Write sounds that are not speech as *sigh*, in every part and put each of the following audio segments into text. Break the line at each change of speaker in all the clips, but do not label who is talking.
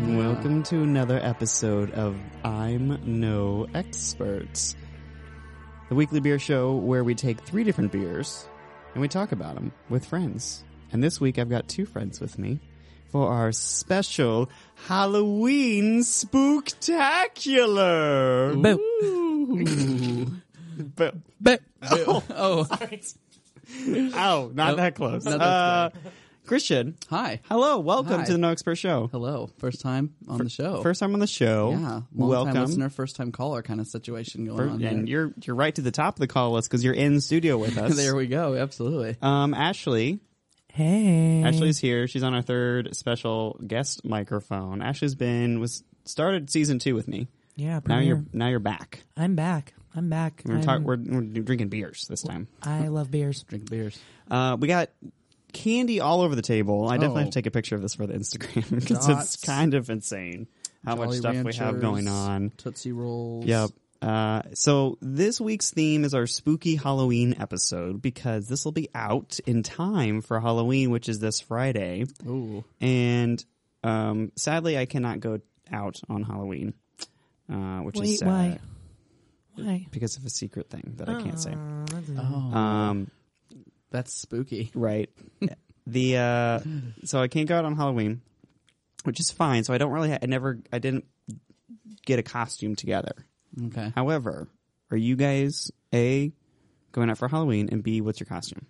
Welcome to another episode of I'm No Expert, the weekly beer show where we take three different beers and we talk about them with friends. And this week I've got two friends with me for our special Halloween spooktacular.
Boo.
Boo.
Boo. Oh,
Ow, not that close.
not that
Uh, Christian,
hi.
hello, welcome
Hi.
to the No Expert Show.
Hello. First time on the show.
First time on the show.
Oh. yeah. Long
welcome.
time listener, first time caller kind of situation going on.
and
there.
you're you're right to the top of the call list because you're in studio
*laughs*
with us.
there we Mm-hmm. go. Absolutely.
um, Ashley,
Hey.
Ashley's here. She's on our third special guest microphone. Ashley's been was started season two with me.
Yeah,
Now
premiere.
you're now you're back.
I'm back. I'm back.
We're, talk,
I'm-
we're, we're drinking beers this time.
I love beers.
Drink beers.
Uh, we got candy all over the table. I definitely
Oh.
have to take a picture of this for the Instagram *laughs* because it's
Dots.
kind of insane how much
Jolly
stuff
Ranchers,
we have going on.
Tootsie Rolls.
Yep. Uh, so this week's theme is our spooky Halloween episode because this will be out in time for Halloween, which is this Friday.
Ooh.
And um, sadly, I cannot go out on Halloween, uh, which is
Wait,
sad
why? Uh, Why?
because of a secret thing that I can't say.
Aw, that's a-
Oh,
Ah.
Um,
that's spooky.
Right. the uh so I can't go out on Halloween, which is fine. So I don't really ha- I never I didn't get a costume together.
Okay.
However, are you guys A going out for Halloween and B what's your costume?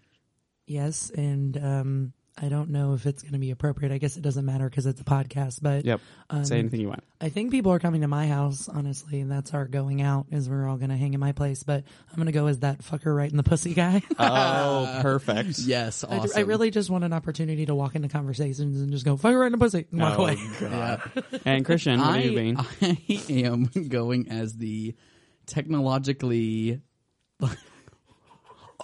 yes, and um, I don't know if it's going to be appropriate. I guess it doesn't matter because it's a podcast. But
Yep.
Um,
Say anything you
*laughs*
want.
I think people are coming to my house, honestly, and that's our going out. Is we're all going to hang in my place. But I'm going to go as that fucker right in the
*laughs*
pussy guy.
Oh, perfect.
Yes.
I,
Awesome.
I really just want an opportunity to walk into conversations and just go fucker right in the pussy and
Oh,
walk away.
*laughs* And Christian, what are you being?
I, *laughs* I am going as the technologically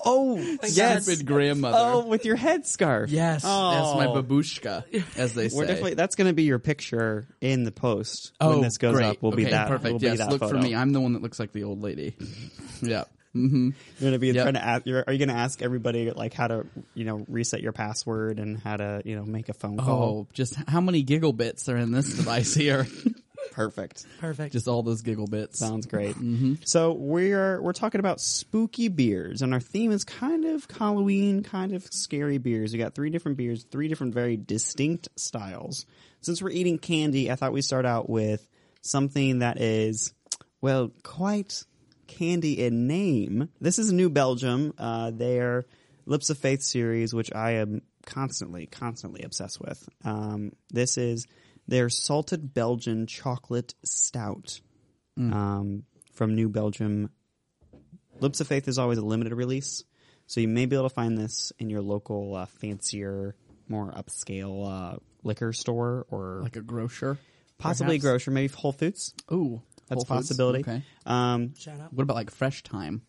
oh,
*laughs* stupid grandmother.
Oh, with your headscarf.
Yes, as my
Oh.
babushka, as they say.
We're definitely that's going to be your picture in the post when this goes
Oh, great.
up. Will be
Okay,
that.
Perfect.
Will be
yes,
that
look
photo. Oh.
for me. I'm the one that looks like the
*laughs*
old lady. yeah. hmm
You're gonna be
Yep.
trying to ask. You're, are you gonna ask everybody like how to you know reset your password and how to you know make a phone call?
Oh, just how many giggle bits are in this device here? *laughs* Oh.
perfect.
*laughs* Perfect.
just all those giggle bits.
Sounds great. So we're we're talking about spooky beers, and our theme is kind of Halloween, kind of scary beers. We got three different beers, three different very distinct styles. Since we're eating candy, I thought we'd start out with something that is well quite candy in name. This is New Belgium. Uh, their Lips of Faith series, which I am constantly, constantly obsessed with. Um, this is their salted Belgian chocolate stout um, from New Belgium. Lips of Faith is always a limited release, so you may be able to find this in your local uh, fancier, more upscale uh, liquor store or
like a grocer.
possibly a
perhaps.
grocer, maybe Whole Foods.
Ooh,
That's a
Whole Foods?
possibility.
Okay.
Um,
Shout out.
What about like Fresh Time?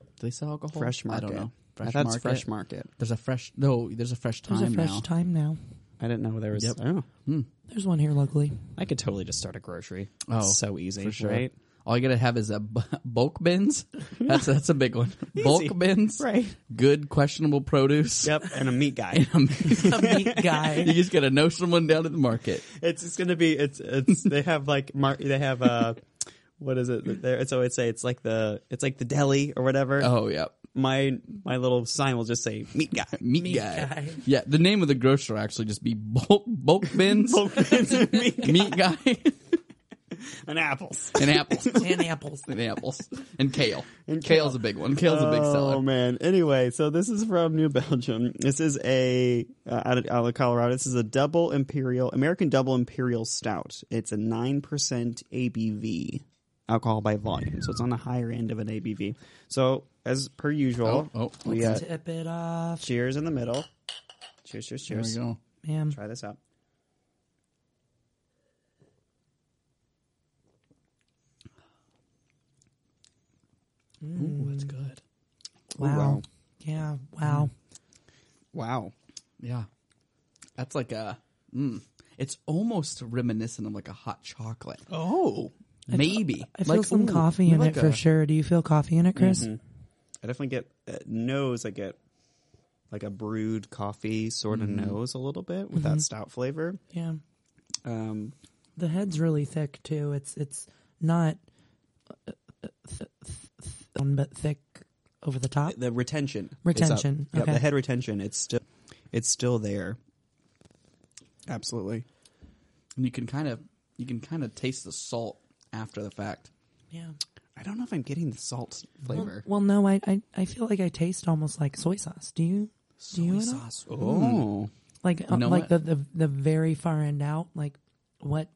Do they sell alcohol?
fresh
I
market.
don't know.
I thought it's fresh market.
There's a fresh. No, there's a fresh time
There's a fresh
now.
time now.
I didn't know there was. I don't know.
There's one here locally.
I could totally just start a grocery.
Oh,
It's so easy,
for sure.
right?
All you gotta have is a b- *laughs*
*laughs*
bulk bins. That's that's a big one. Bulk bins,
Right.
Good questionable produce. *laughs*
Yep, and a meat *laughs* guy.
meat guy.
you just gotta know someone down at the market.
it's it's gonna be it's it's they have like mar- they have uh what is it that there it's always say it's like the it's like the deli or whatever.
Oh yeah,
My my little sign will just say meat guy. *laughs*
meat, guy.
guy.
Yeah, the name of the grocer will actually just be bulk
*laughs*
bulk bins,
Bulk bins and meat
*laughs*
guy
meat guy,
and apples.
and apples
and apples.
and apples and kale.
And kale.
Kale's a big one. Kale's a big
Oh
seller.
man. Anyway, so this is from New Belgium. This is a uh, out, of, out of Colorado. This is a double imperial American double imperial stout. It's a nine percent ABV alcohol by volume, so it's on the higher end of an ABV. So as per usual,
Oh, oh,
we uh,
Tip it off,
cheers in the middle. Cheers! Cheers!
There we
Cheers!
go.
man.
Try this out.
Mm.
Ooh, that's good.
Wow.
wow.
Yeah. Wow.
Mm.
Wow.
Yeah, that's like a. Mm, it's almost reminiscent of like a hot chocolate.
Oh,
Maybe
I feel
like
some
ooh,
coffee in
like
it
a- Mm-hmm.
for sure. Do you feel coffee in it, Chris?
I definitely get uh, nose. I get like a
Mm-hmm.
brewed coffee sort of nose a little bit with that stout flavor.
Yeah.
Um,
The head's really thick too. It's it's not uh, th- th- th- but thick over the top.
The retention, is up.
Retention,
Yeah,
okay.
the head retention. It's still, it's still there. Absolutely.
and you can kind of you can kind of taste the salt after the fact.
Yeah.
I don't know if I'm getting the salt
Well,
flavor.
well, no, I, I I feel like I taste almost like soy sauce. Do you? Do you
Soy
at all?
sauce.
Oh,
Like uh,
know
like
what?
the, the the very far end out. Like what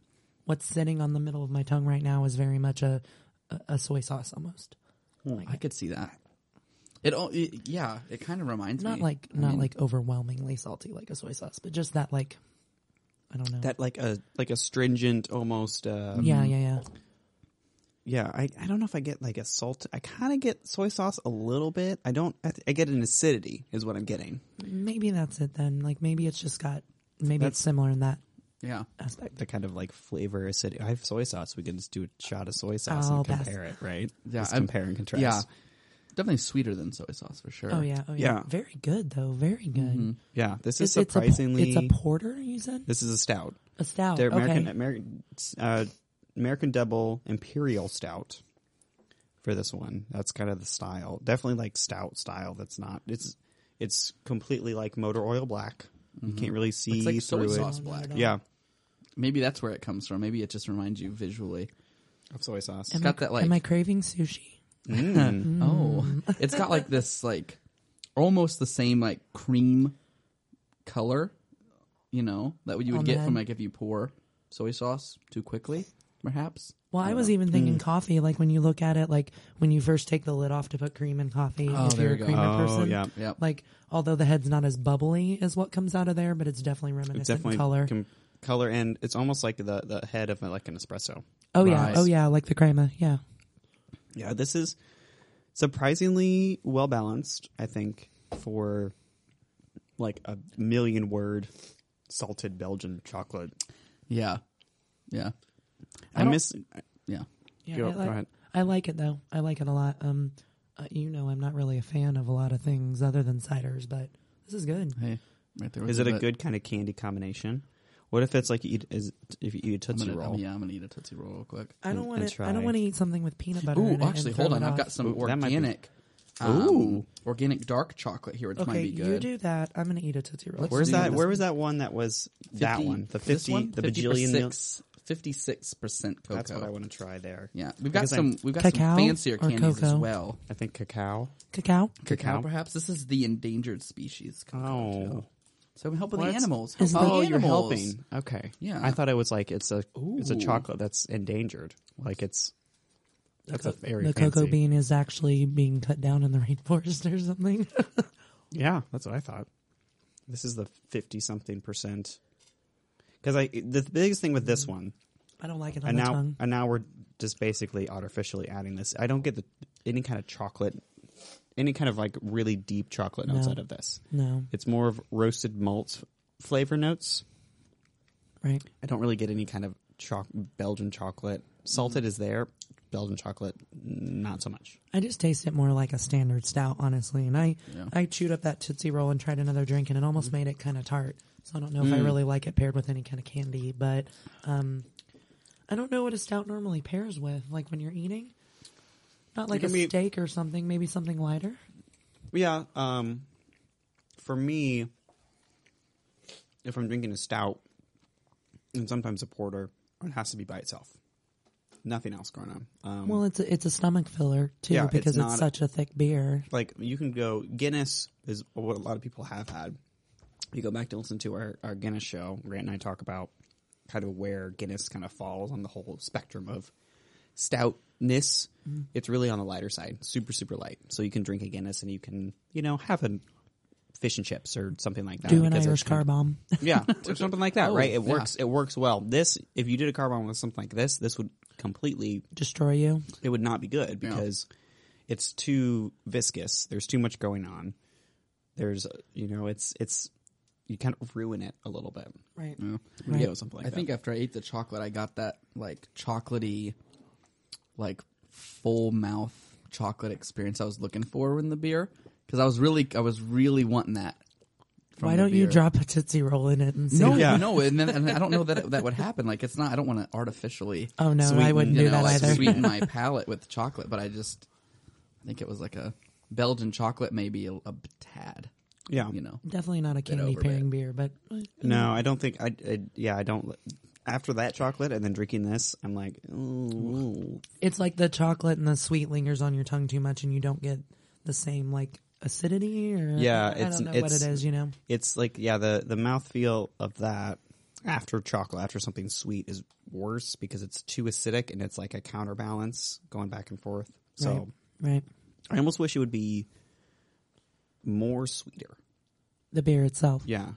what's sitting on the middle of my tongue right now is very much a a, a soy sauce almost.
I could see that. It all, it, yeah, it kind of reminds me.
Not like
I
not
mean,
like overwhelmingly salty like a soy sauce, but just that like I don't know.
that like a like astringent, almost. Um,
yeah, yeah, yeah.
yeah. I, I don't know if I get like a salt. I kind of get soy sauce a little bit. I don't. I, th- I get an acidity is what I'm getting.
Maybe that's it then. Like maybe it's just got maybe it's similar in that
yeah,
aspect.
The kind of like flavor acidity. I have soy sauce. We can just do a shot of soy sauce
Oh,
and
that's-
compare it, right?
Yeah,
Just
I'm-
compare and contrast.
yeah, definitely sweeter than soy sauce for sure.
Oh yeah, oh yeah.
Yeah.
Very good though. Very good.
Mm-hmm.
yeah. This is
It's, it's a-
surprisingly.
it's a porter, you said?
this is a stout.
A stout.
They're American
Oh, okay.
American uh, American Double Imperial Stout for this one. That's kind of the style. Definitely like stout style. That's not. It's it's completely like motor oil black. You can't really see
Mm-hmm. It's like soy
through
sauce
it.
black.
no.
Yeah,
E Maybe that's where it comes from. Maybe it just reminds you visually.
of soy sauce.
It's got that like
Am I craving sushi? Mm.
oh, it's got like this like almost the same like cream color, you know, that you would
On
get
the
from
head.
like if you pour soy sauce too quickly, perhaps.
Well, I was even thinking coffee. Like when you look at it, like when you first take the lid off to put cream in coffee,
Oh,
if
there
you're
you
a
go.
creamer
Oh,
person,
yeah.
Yep.
like although the head's not as bubbly as what comes out of there, but it's definitely reminiscent
It's definitely
in color.
com- color, and it's almost like the the head of like an espresso.
oh yeah,
Right.
oh yeah, like the crema. Yeah,
Yeah, this is surprisingly well balanced. I think for like a million word salted Belgian chocolate.
Yeah, yeah,
I,
don't-
miss.
yeah.
yeah.
Go-
I
go
like,
ahead.
I like it though. I like it a lot. Um, uh, you know, I'm not really a fan of a lot of things other than ciders, but this is good.
Hey, right there. with
Is
you,
it a
but
good kind of candy combination? What if it's like you eat is if you eat a
I'm
tootsie
gonna, I'm-
roll?
yeah, I'm gonna eat a tootsie roll real quick.
I don't
And-
want
and
to. I don't
try.
want to eat something with peanut butter.
Mm, Ooh,
in it and
actually,
throw
hold
it
on. I've
off.
got some
Ooh, that might be-
organic. um,
Ooh.
organic dark chocolate here, which might
Okay,
be good.
you do that. I'm gonna eat a tootsie roll.
Let's
Where's
do
that?
this
Where was that one that was that
50
one? The
this
fifty,
one?
the
50%,
bajillion. mil-
56 percent cocoa.
That's what I want to try there.
Yeah, we've got
Because I'm-
some. We've got
Cacao
some fancier
or
candies as
cocoa?
well.
I think cacao.
Cacao.
Cacao,
Cacao?
perhaps. This is the endangered species. cacao,
Oh.
too. so we help with
What?
the animals.
Is
Help with
Oh,
the
you're
animals.
helping. Okay.
Yeah.
I thought it was like it's a it's a
Ooh.
chocolate that's endangered. Like it's that's a very
the cocoa
fancy-
bean is actually being cut down in the *laughs* rainforest or something. *laughs*
Yeah, that's what I thought. This is the fifty something percent. Because I the biggest thing with this one
I don't like it Mm-hmm. on
and
the
now
tongue.
and now we're just basically artificially adding this. I don't get the any kind of chocolate, any kind of like really deep chocolate notes
No.
out of this.
No,
It's more of roasted malts flavor notes.
right?
I don't really get any kind of choc- Belgian chocolate. Salted is there, Belgian chocolate not so much.
I just taste it more like a standard stout, honestly. And I, I chewed up that tootsie roll and tried another drink, and it almost made it kind of tart. So I don't know if I
Mm.
really like it paired with any kind of candy, but um, I don't know what a stout normally pairs with, like when you're eating. Not like a
can be-
steak or something, maybe something lighter.
Yeah, um, for me, if I'm drinking a stout and sometimes a porter, it has to be by itself. Nothing else going on. Um,
Well, it's a, it's a stomach filler too
Yeah, it's
because it's,
not-
such a thick beer.
like you can go Guinness is what a lot of people have had. You go back to listen to our, our Guinness show. Grant and I talk about kind of where Guinness kind of falls on the whole spectrum of stoutness.
Mm-hmm.
It's really on the lighter side, super super light. So you can drink a Guinness and you can you know have a fish and chips or something like that.
Do an
because it's
Irish
kind
car
of-
bomb. *laughs*
yeah, or something like that,
Oh,
right? It
yeah.
works. It works well. This, if you did a car bomb with something like this, this would completely
Destroy you.
it would not be good because it's too viscous. There's too much going on. There's, uh, you know, it's it's you kind of ruin it a little bit.
Right.
You
Right.
go with something like
I
that.
think after I ate the chocolate, I got that like chocolatey, like full mouth chocolate experience I was looking for in the beer because I was really I was really wanting that from
Why
the
don't you
beer.
drop a Tootsie Roll in it and see?
No,
Yeah.
no, and, then, and I don't know that that would happen. Like it's not. I don't want to artificially,
Oh no, I
Sweeten,
wouldn't
you
do
know,
that
like
either.
sweeten my palate with chocolate. But I just, I think it was like a Belgian chocolate, maybe a, a tad.
Yeah.
You know,
*laughs* Definitely not a candy
over
pairing beer, but
No, I don't think I, I. Yeah, I don't. After that chocolate and then drinking this, I'm like, ooh.
it's like the chocolate and the sweet lingers on your tongue too much, and you don't get the same like acidity or
Yeah,
I
it's-
don't know what
it's-
it is. You know,
it's like yeah, the the mouthfeel of that after chocolate, after something sweet, is worse because it's too acidic and it's like a counterbalance going back and forth. So
right, right?
I almost wish it would be more sweeter.
The beer itself.
Yeah.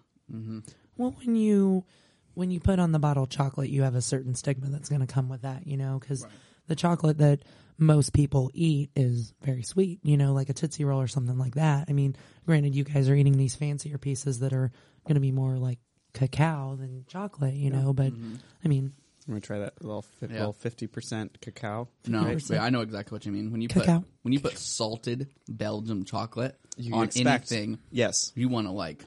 Well, when you when you put on the bottle chocolate, you have a certain stigma that's going to come with that, you know, because the chocolate that most people eat is very sweet, you know, like a Tootsie Roll or something like that. I mean, granted, you guys are eating these fancier pieces that are going to be more like cacao than chocolate, you know, but
Mm-hmm.
I mean,
Let me try that little fi-
Yeah.
little fifty percent cacao.
no,
Right?
but I know exactly what you mean. When you
Cacao.
put when you put salted Belgian chocolate
You
on
expect-
anything,
Yes.
you want to like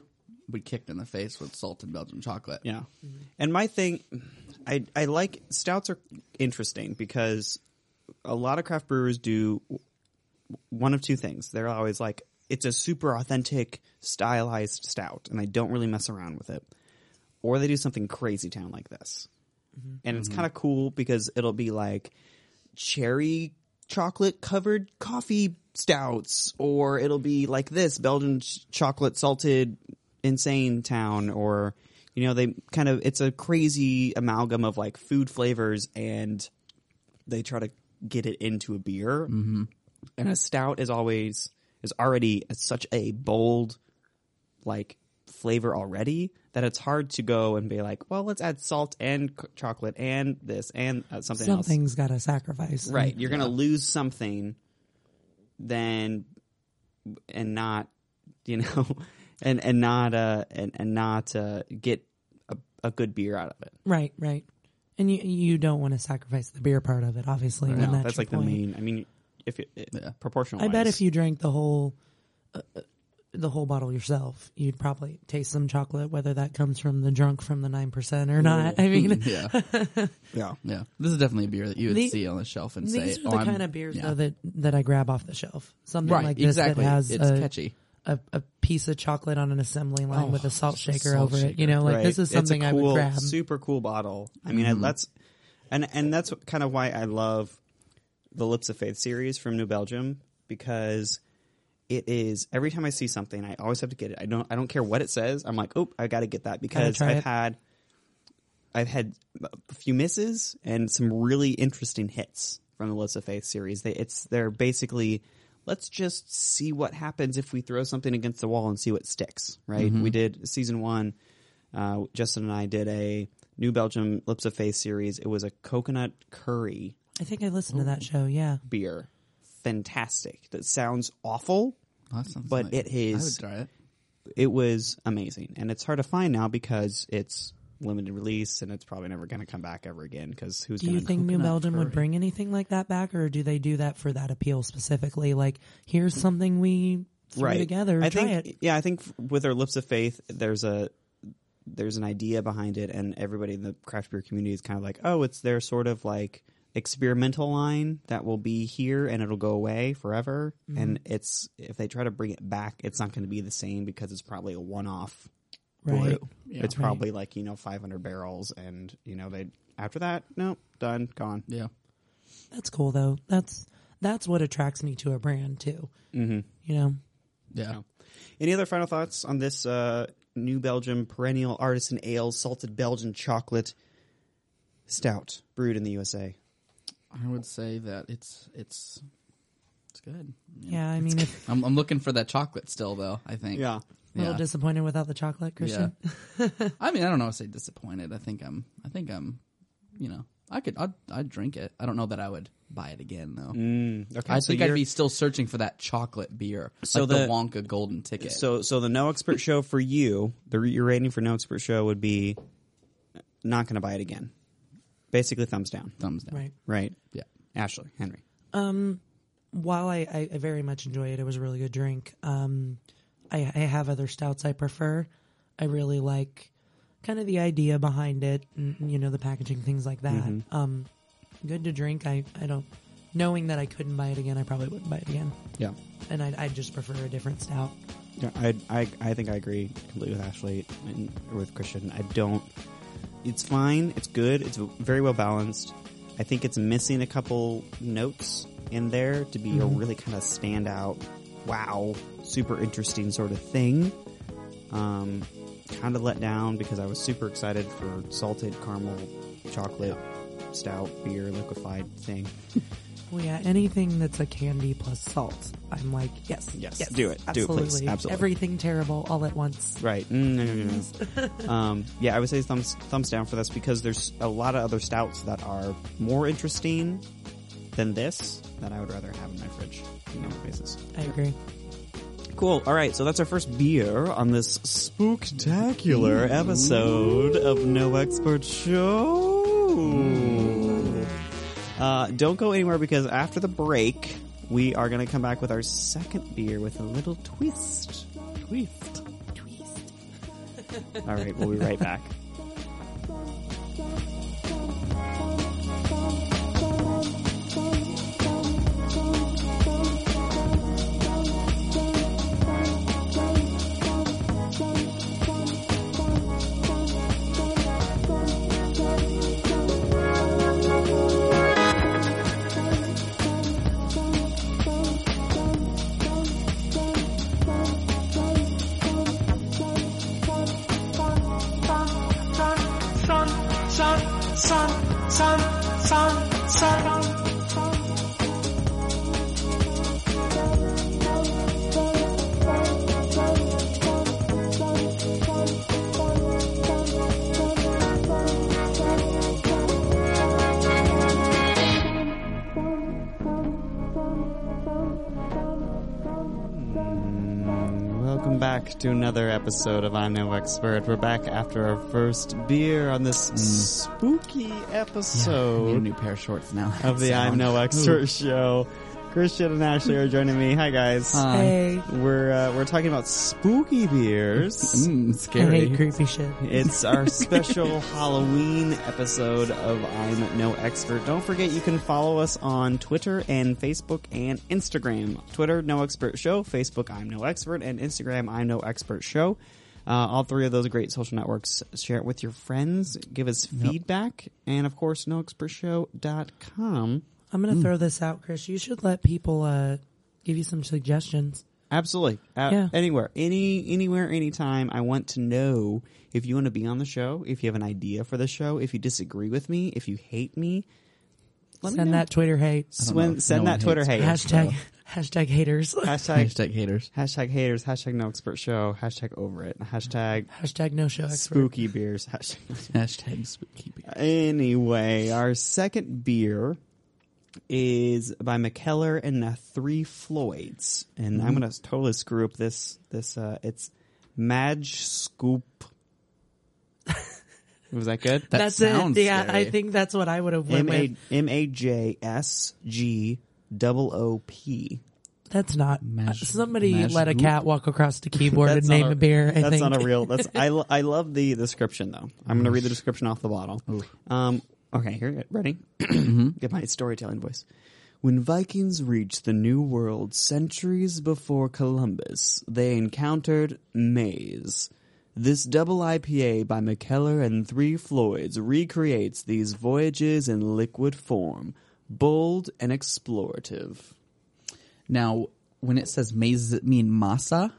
be kicked in the face with salted Belgian chocolate.
Yeah. And my thing, I I like stouts are interesting because a lot of craft brewers do one of two things. They're always like it's a super authentic stylized stout, and they don't really mess around with it, or they do something crazy town like this, and it's kind of cool because it'll be like cherry chocolate covered coffee stouts or it'll be like this belgian ch- chocolate salted insane town or you know they kind of it's a crazy amalgam of like food flavors and they try to get it into a beer mm-hmm. and a stout is always is already such a bold like flavor already that it's hard to go and be like well let's add salt and c- chocolate and this and uh, something else
something's got to sacrifice.
Right. You're going to lose something then and not, you know, *laughs* and and not uh and and not uh get a, a good beer out of it.
Right, right. And you you don't want to sacrifice the beer part of it, obviously. when
No,
that's
that's,
your
like
point.
the main. I mean, if it, it
Yeah.
proportional.
I bet if you drank the whole uh, uh, the whole bottle yourself, you'd probably taste some chocolate, whether that comes from the drunk from the nine percent or not. *laughs* I mean,
yeah,
yeah.
yeah. This is definitely a beer that you would
The-
see on the shelf and say,
*laughs* these are the
"Oh, I'm-
kind of beers
yeah."
though that that I grab off the shelf. Something
right?
like this
exactly.
that has
it's
a,
catchy.
a a piece of chocolate on an assembly line with a salt
just a
shaker
Oh, salt
over it. You
shaker.
know, like
Right.
this is something
it's a
I
cool,
would grab.
Super cool bottle. I mean, I, that's and and that's what- kind of why I love the Lips of Faith series from New Belgium because it is every time I see something, I always have to get it. I don't I don't care what it says. I'm like, oh, I got to get that because
try
I've
it.
had I've had a few misses and some really interesting hits from the Lips of Faith series. They it's they're basically let's just see what happens if we throw something against the wall and see what sticks. Right?
Mm-hmm.
We did season one. Uh, Justin and I did a New Belgium Lips of Faith series. It was a coconut curry
I think I listened to that show. Yeah,
beer. Fantastic. That sounds awful.
That sounds
but
nice.
it is-
I would try it.
It was amazing. And it's hard to find now because it's limited release and it's probably never going to come back ever again because who's
Do
going
you
to
think New Belgium would bring anything like that back, or do they do that for that appeal specifically? Like, here's something we threw together.
I
try
think,
it.
Yeah, I think f- with our lips of faith, there's a there's an idea behind it, and everybody in the craft beer community is kind of like, oh, it's their sort of like experimental line that will be here and it'll go away forever.
Mm-hmm.
And it's if they try to bring it back, it's not going to be the same because it's probably a one off.
Right.
it's probably like you know 500 barrels, and you know they after that, nope, done, gone.
Yeah.
That's cool though. That's that's what attracts me to a brand too. Mm-hmm. You know,
Yeah.
Any other final thoughts on this uh, New Belgium perennial artisan ale, salted Belgian chocolate stout brewed in the USA?
I would say that it's it's it's good.
yeah. I mean, if,
I'm, I'm looking for that chocolate still, though. I think.
Yeah.
a little
Yeah.
disappointed without the chocolate,
Yeah.
Christian.
I mean, I don't know. I say disappointed. I think I'm. I think I'm. You know, I could. I'd, I'd drink it. I don't know that I would buy it again though.
Okay.
I
Mm. so
think I'd
you're-
be still searching for that chocolate beer,
So
like the,
the-
Wonka Golden Ticket.
so so the no expert show for you. The your rating for no expert show would be not going to buy it again. Basically, thumbs down.
thumbs down.
Right.
Right.
Yeah.
Ashley Henry.
While I, I, I very much enjoy it, it was a really good drink. Um, I, I have other stouts I prefer. I really like kind of the idea behind it, and, you know, the packaging, things like that.
Mm-hmm.
Um, good to drink. I, I don't, knowing that I couldn't buy it again, I probably wouldn't buy it again.
Yeah.
And I'd, I'd just prefer a different stout.
Yeah, I, I, I think I agree completely with Ashley and or with Christian. I don't. It's fine. It's good. It's very well balanced. I think it's missing a couple notes in there to be a really kind of standout, wow, super interesting sort of thing. Um, kind of let down because I was super excited for salted caramel chocolate stout beer liquefied thing.
Well, yeah, anything that's a candy plus salt, I'm like, yes,
Yes, do it. Do it, please.
absolutely.
Absolutely.
Everything terrible all at once.
Right. Mm, no, no, no, no. um, yeah, I would say thumbs thumbs down for this because there's a lot of other stouts that are more interesting than this that I would rather have in my fridge on a normal basis.
*laughs* I agree.
Cool. All right, so that's our first beer on this spooktacular episode of No Expert Show. Uh, don't go anywhere because after the break, we are going to come back with our second beer with a little twist. Twist. Twist. All right, we'll be right back. Welcome back to another episode of I Know Expert. We're back after our first beer on this spooky
Mm. I need a
episode
new pair of shorts now.
of
*laughs*
the I'm
Sound.
No Expert show. Christian and Ashley are joining me. Hi guys.
Hi.
Hey,
We're uh, we're talking about spooky beers.
Mm,
I
scary.
hate creepy shit.
It's our special Halloween episode of I'm No Expert. Don't forget you can follow us on Twitter and Facebook and Instagram. Twitter, No Expert Show. Facebook, I'm No Expert. And Instagram, I'm No Expert Show. Uh, all three of those great social networks. Share it with your friends. Give us feedback. And of course, noexpertshow.com.
I'm
Mm.
gonna throw this out, Chris. You should let people uh, give you some suggestions.
Absolutely. Uh,
Yeah.
Anywhere, any, anywhere, anytime. I want to know if you want to be on the show, if you have an idea for the show, if you disagree with me, if you hate me. Let me
Send
know.
that Twitter hate.
Swen-
know. No
send
one
that Twitter hate.
hates
Hashtag *laughs* hashtag haters.
hashtag
Hashtag haters.
hashtag haters. Hashtag no expert show. Hashtag over it. Hashtag
*laughs* hashtag no show expert.
spooky beers. Hashtag.
Hashtag spooky beer.
Anyway, our second beer is by McKellar and the Three Floyds, and I'm gonna totally screw up this this. Uh, it's Madge Scoop. *laughs* Was that good?
That
that's
sounds
it. Yeah,
scary.
I think that's what I would have went
M A
with.
M A J S G double O P.
That's not. Uh,
Mash-
somebody
mash
let a
goop?
cat walk across
*laughs*
the keyboard and
That's not
name a beer. I
that's
think.
not a
*laughs*
real. That's I. lo- I love the description though. I'm going to read the description off the bottle. Um. Okay. Here. we go. Ready? *clears throat*
Mm-hmm.
Get my storytelling voice. When Vikings reached the New World centuries before Columbus, they encountered maize. This double IPA by McKellar and Three Floyds recreates these voyages in liquid form, bold and explorative.
Now, when it says maize, does it mean masa?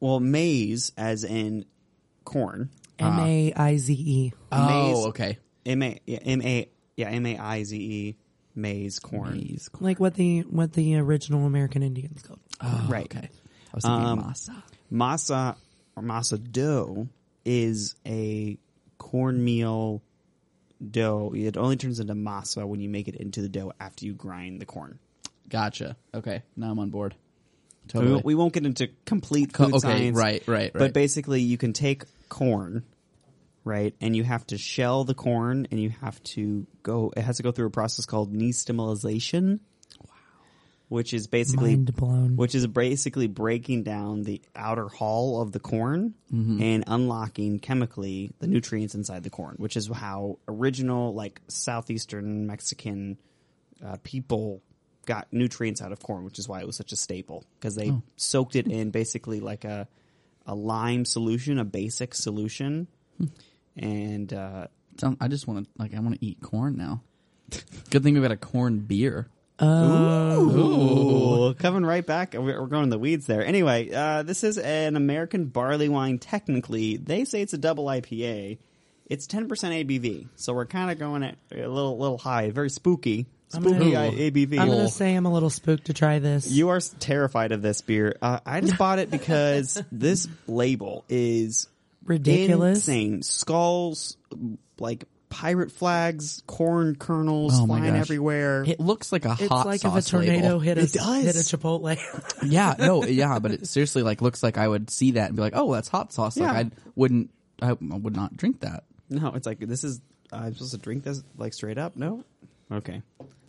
Well, maize as in corn.
M A I Z E.
Maize-
Oh, okay.
M A yeah, M A yeah M A I Z E maize corn.
Maize. corn.
Like what the what the original American Indians called.
Oh,
right.
Okay. I was thinking
Um,
masa.
Masa or masa dough is a cornmeal dough. It only turns into masa when you make it into the dough after you grind the corn.
Gotcha. Okay. Now I'm on board.
We,
Totally.
won't- we won't get into complete
Co-
food
okay,
science,
right, right,
But
right.
basically, you can take corn, right, and you have to shell the corn, and you have to go. It has to go through a process called nestamalization. Wow. which is basically
Mind blown.
which is basically breaking down the outer hull of the corn
Mm-hmm.
and unlocking chemically the nutrients inside the corn, which is how original like southeastern Mexican uh, people got nutrients out of corn, which is why it was such a staple because
Oh.
they soaked it in basically like a a lime solution, a basic solution,
Hmm.
and uh,
Sound- I just want to like I want to eat corn now. Good thing we got a corn beer.
Ooh, coming right back. We're we're going to the weeds there. Anyway, uh, this is an American barley wine. Technically, they say it's a double IPA. It's ten percent ABV, so we're kind of going at a little little high. Very spooky, spooky
gonna-
I- ABV.
I'm gonna say I'm a little spooked to try this.
You are s- terrified of this beer. Uh, I
*laughs*
just bought it because this label is
Ridiculous.
insane. Skulls, like pirate flags, corn kernels
Oh my
flying
gosh.
everywhere.
It looks like a
it's
hot
like if a
sauce
tornado
label.
hit a
It does.
hit a Chipotle.
*laughs*
*laughs*
Yeah, no, yeah, but it seriously like looks like I would see that and be like, "Oh, that's hot sauce." Like
Yeah.
I wouldn't I would not drink that.
No, it's like this is. I'm supposed to drink this like straight up. No, okay,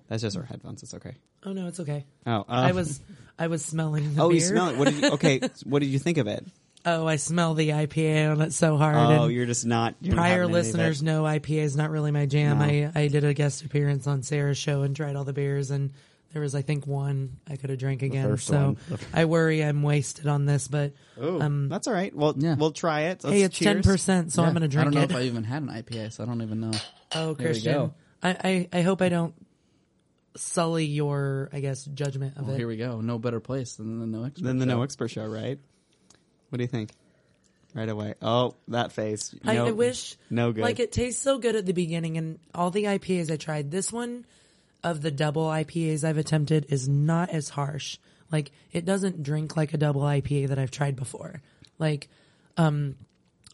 that's just our headphones. It's okay.
oh no, it's okay.
Oh, uh,
I was I was smelling the
Oh,
beer.
you smell it. What
*laughs*
did you? Okay, what did you think of it?
Oh, I smell the IPA on it so hard.
Oh,
and
you're just not. You're not having
prior
any of it.
listeners know IPA is not really my jam.
No.
I, I did a guest appearance on Sarah's show and tried all the beers, and there was I think one I could have drank again.
first
So
one. The-
I worry I'm wasted on this, but
Ooh, that's all right. Well,
Yeah.
we'll try it. Let's
um, hey, it's ten
cheers.
percent, so I'm
Yeah,
gonna
I
drink
don't know
it.
if I even had an IPA, so I don't even know. There
oh,
we
Christian,
go.
I, I I hope I don't sully your I guess judgment of
Well,
it.
here we go. No better place than the no expert.
Then the
show.
no expert show, right? What do you think? Right away. Oh, that face.
I,
No-
I wish
no good.
Like it tastes so good at the beginning, and all the IPAs I tried, this one of the double IPAs I've attempted is not as harsh. Like it doesn't drink like a double IPA that I've tried before. Like, um,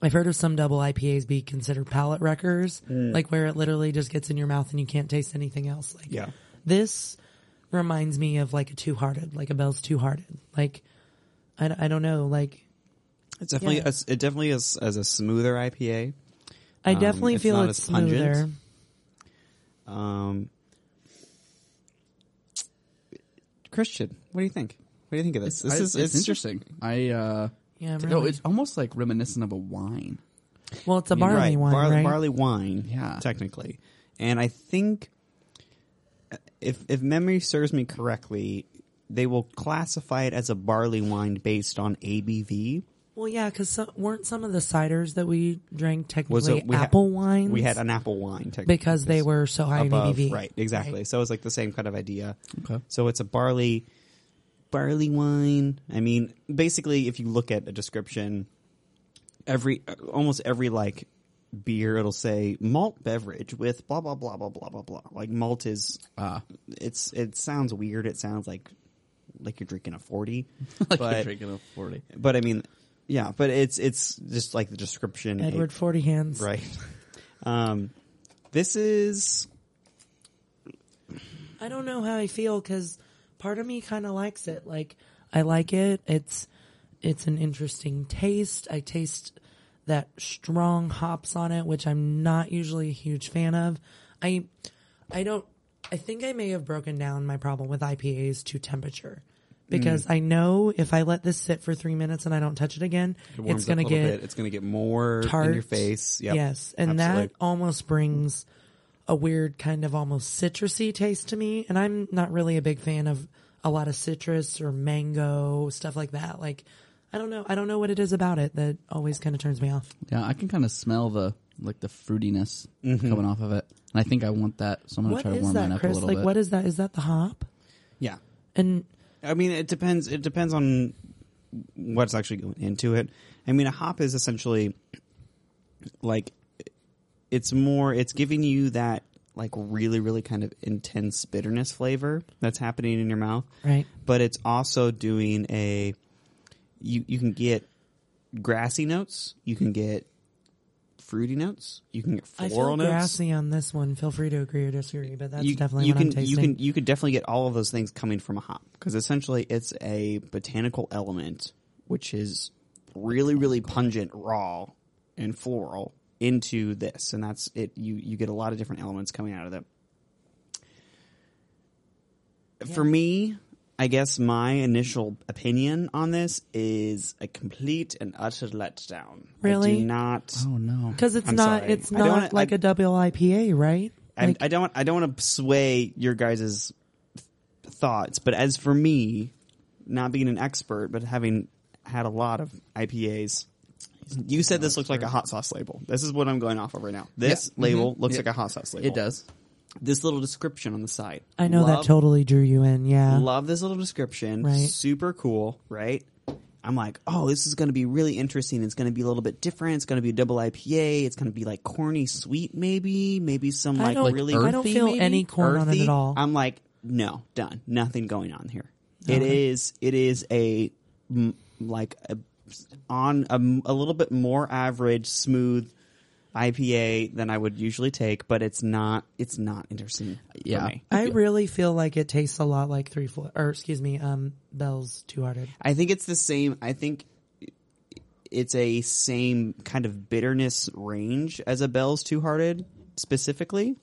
I've heard of some double IPAs be considered palate wreckers,
Mm.
like where it literally just gets in your mouth and you can't taste anything else. Like,
Yeah.
this reminds me of like a two hearted, like a Bell's two hearted. Like, I, I don't know, like.
It's definitely
Yeah.
a s- it definitely is as a smoother IPA.
I
Um,
definitely
it's
feel
not
it's
as pungent.
smoother.
Um, Christian, what do you think? What do you think of this?
I-
this
it's, interesting. I uh
Yeah,
no,
really.
it's almost like reminiscent of a wine. *laughs*
Well, it's a barley
right.
wine,
barley,
right?
barley wine,
Yeah.
technically. And I think uh, if if memory serves me correctly, they will classify it as a barley wine based on ABV.
Well, yeah, because weren't some of the ciders that we drank
Was
technically
it we had-
apple wines?
We had an apple wine technically
because they were so high
above,
in E ABV,
right? Exactly. So it's like the same kind of idea.
Okay.
So it's a barley barley wine. I mean, basically, if you look at a description, every almost every like beer, it'll say malt beverage with blah blah blah blah blah blah blah. Like malt is
Ah.
it's it sounds weird. It sounds like like you're drinking a forty,
*laughs* Like you're
but
drinking a 40.
but I mean, yeah. But it's it's just like the description.
Edward Forty Hands,
right? *laughs* Um, this is
I don't know how I feel because part of me kind of likes it. Like I like it. It's it's an interesting taste. I taste that strong hops on it, which I'm not usually a huge fan of. I I don't. I think I may have broken down my problem with IPAs to temperature because
Mm.
I know if I let this sit for three minutes and I don't touch it again,
It warms
it's going to
up a little
get
bit. it's going to get more
tart
in your face. Yep.
Yes, and that
Absolutely.
almost brings a weird kind of almost citrusy taste to me, and I'm not really a big fan of a lot of citrus or mango stuff like that. Like, I don't know, I don't know what it is about it that always kind of turns me off.
Yeah, I can kind of smell the like the fruitiness coming off of it, and I think I want that. So I'm gonna
Mm-hmm. What
try to
is
warm mine
that,
up a
Chris?
little
Like,
bit.
what is that? Is that the hop?
yeah.
And
I mean, it depends. It depends on what's actually going into it. I mean, a hop is essentially like it's more. It's giving you that like really, really kind of intense bitterness flavor that's happening in your mouth.
Right.
But it's also doing a. You you can get grassy notes. You can get fruity notes. You can get
I
floral
feel
notes.
grassy on this one. Feel free to agree or disagree, but that's definitely
you
what
can
I'm tasting.
you can you could definitely get all of those things coming from a hop because essentially it's a botanical element which is really really pungent raw and floral into this and that's it you you get a lot of different elements coming out of it for me I guess my initial opinion on this is a complete and utter letdown. I
Really?
do not.
Oh no.
Because it's
I'm
not
sorry.
it's
I don't
not
wanna-
like
I-
a double IPA, right?
I,
Like,
I don't. I don't want to sway your guys' thoughts, but as for me, not being an expert, but having had a lot of IPAs, you said this looks like a hot sauce label. This is what I'm going off of right now. This
Yeah.
label looks
Yeah.
like a hot sauce label.
It does.
This little description on the side.
I know
Love-
that totally drew you in. Yeah.
Love this little description.
Right.
Super cool, right? I'm like, oh, this is going to be really interesting. It's going to be a little bit different. It's going to be a double IPA. It's going to be like corny sweet, maybe, maybe some
I
like
don't-
really.
I don't
earthy,
feel
maybe?
any corn on it
earthy.
at all.
I'm like, no, done. Nothing going on here. It is. It is a m- like a, on a, m- a little bit more average smooth IPA than I would usually take, but it's not. It's not interesting.
Yeah.
for me.
I really feel like it tastes a lot like three four or excuse me, um Bell's Two Hearted.
I think it's the same. I think it's a same kind of bitterness range as a Bell's Two Hearted specifically.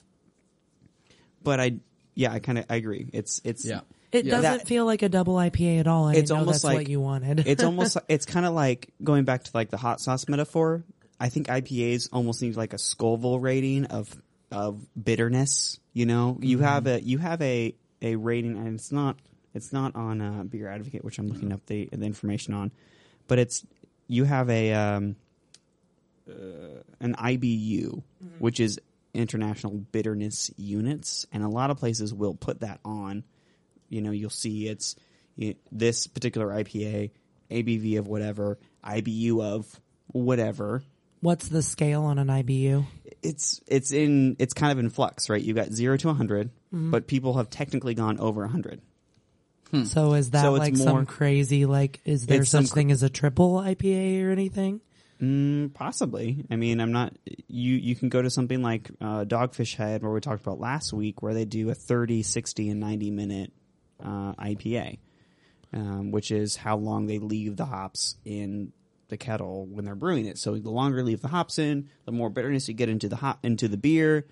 But I, yeah, I kind of I agree. It's it's
Yeah.
It
Yeah.
doesn't
That-
feel like a double IPA at all. And
It's
I know
almost
that's
like
what you wanted.
it's almost like- it's kind of like going back to like the hot sauce metaphor. I think IPAs almost need like a Scoville rating of of bitterness. You know, you have a you have a a rating, and it's not it's not on uh, Beer Advocate, which I'm looking up the the information on, but it's you have a um, an IBU, which is International Bitterness Units, and a lot of places will put that on. You know, you'll see it's y this particular IPA, ABV of whatever, IBU of whatever.
*laughs* What's the scale on an IBU?
It's it's in it's kind of in flux, right? You got zero to 100 but people have technically gone over hundred.
So is that
Hmm. So it's
like
more-
some crazy like is there
It's some
such thing as a triple IPA or anything?
Mm, possibly. I mean, I'm not. You you can go to something like uh, Dogfish Head, where we talked about last week, where they do a 30, 60, and 90 minute uh, IPA, um, which is how long they leave the hops in the kettle when they're brewing it. So the longer you leave the hops in, the more bitterness you get into the hop into the beer.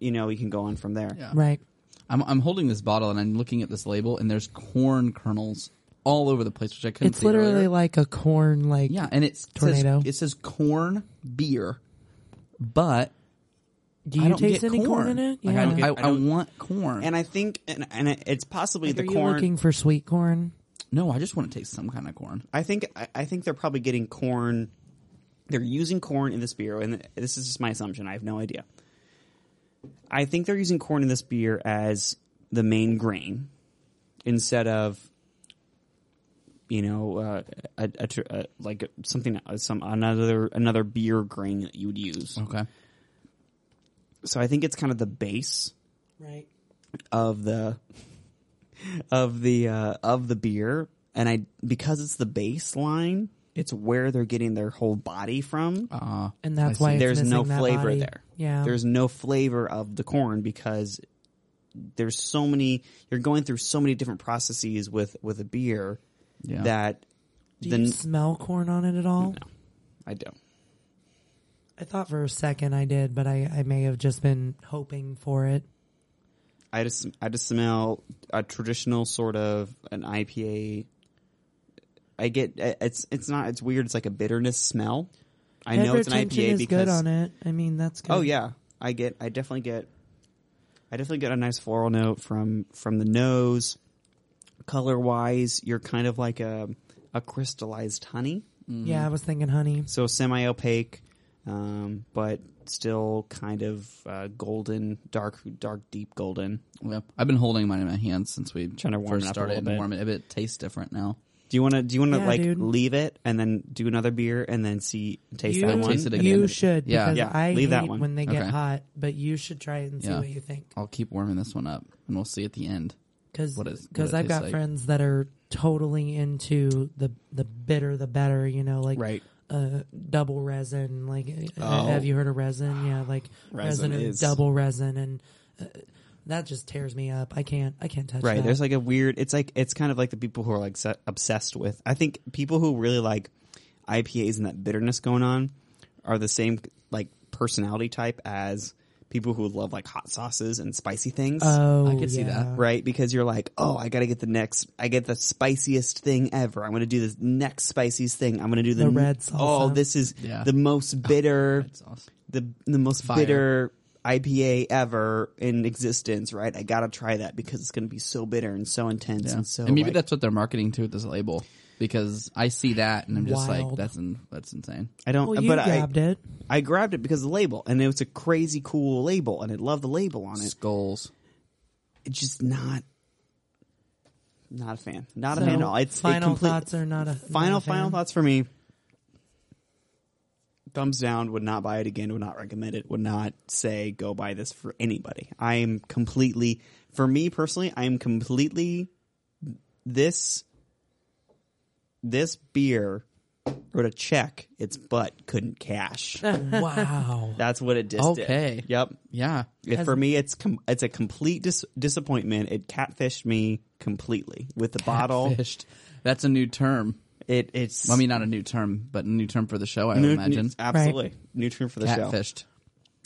You know, you can go on from there.
Yeah.
Right.
I'm I'm holding this bottle and I'm looking at this label and there's corn kernels all over the place, which I couldn't.
It's
see
literally
earlier.
like a corn like
yeah, and it's
Tornado.
Says, it says corn beer, but
Do
I
you
don't
taste
get
any corn. in it?
Like,
yeah.
I,
I
I, I
don't-
want corn,
And I think, and, and it's possibly
Like,
the
are
corn.
you looking for sweet corn?
no, I just want to taste some kind of corn.
I think I, I think they're probably getting corn. They're using corn in this beer, and this is just my assumption. I have no idea. I think they're using corn in this beer as the main grain instead of you know uh, a, a, tr- a, like something uh, some another another beer grain that you would use.
Okay,
So I think it's kind of the base
Right.
of the of the uh, of the beer, and I because it's the baseline, it's where they're getting their whole body from.
uh,
And that's
I
why
see.
Oh, it's
there's
missing
no
that
flavor
body.
there.
Yeah.
there's no flavor of the corn because there's so many. You're going through so many different processes with with a beer
Yeah.
that
Do
the
you smell corn on it at all?
I don't.
I thought for a second I did, but I, I may have just been hoping for it.
I just I just smell a traditional sort of an IPA. I get it's it's not it's weird. It's like a bitterness smell. I know it's an
Head retention
IPA
is
because
good on it. I mean, that's good.
oh yeah, I get I definitely get I definitely get a nice floral note from from the nose. Color wise, you're kind of like a a crystallized honey,
Yeah, I was thinking honey.
so semi opaque, um, but still kind of uh, golden, dark dark deep golden.
yeah. I've been holding mine in my hands since we
Trying to warm
first
it up a
started.
little bit.
Warm it. It tastes different now.
Do you want to? Do you want to
Yeah,
like
dude.
leave it and then do another beer and then see taste
you,
that one?
Taste it again.
you should.
Yeah.
because
Yeah,
I
leave
hate
that one.
when they get
Okay.
hot, but you should try it and see
Yeah.
what you think.
I'll keep warming this one up, and we'll see at the end.
Because
What is- what it
I've
tastes
got
like.
friends that are totally into the the bitter the better. You know, like
Right.
uh, double resin. Like, uh,
Oh.
have you heard of resin? Yeah, like
Resin
resin, and
is-
double resin, and uh, that just tears me up. I can't. I can't touch.
Right.
That.
There's like a weird. It's like it's kind of like the people who are like se- obsessed with. I think people who really like IPAs and that bitterness going on are the same like personality type as people who love like hot sauces and spicy things.
Oh,
I could see
yeah.
that.
Right, because you're like, oh, I gotta get the next, I get the spiciest thing ever. I'm gonna do the next spiciest thing. I'm gonna do the,
The red salsa.
Oh, this is
Yeah.
the most bitter,
It's awesome.
the the most bitter IPA ever in existence. Right, I gotta try that because it's gonna be so bitter and so intense
Yeah.
and so.
and maybe
like-
that's what they're marketing to with this label because I see that and I'm just like,
Wild.
that's in, that's insane.
I don't.
Well, you
but I,
*laughs*
grabbed it.
I grabbed it because of the label, and it was a crazy cool label, and I love the label on it.
Skulls.
It's just not, not a fan. Not a
So,
fan at all. It's a
final
complete-
thoughts are not a not
Final
a fan.
final thoughts for me. Thumbs down. Would not buy it again. Would not recommend it. Would not say go buy this for anybody. I am completely. For me personally, I am completely. This. This beer wrote a check its butt couldn't
*laughs*
cash.
Wow.
That's what it just did.
Okay.
Yep.
Yeah.
It, for me, it's com- it's a complete dis- disappointment. It catfished me completely with the bottle.
Catfished. That's a new term.
It it's
Well, I mean, not a new term, but a new term for the show, I
nu-
would
nu-
imagine.
absolutely nutrient for the show.
Catfished.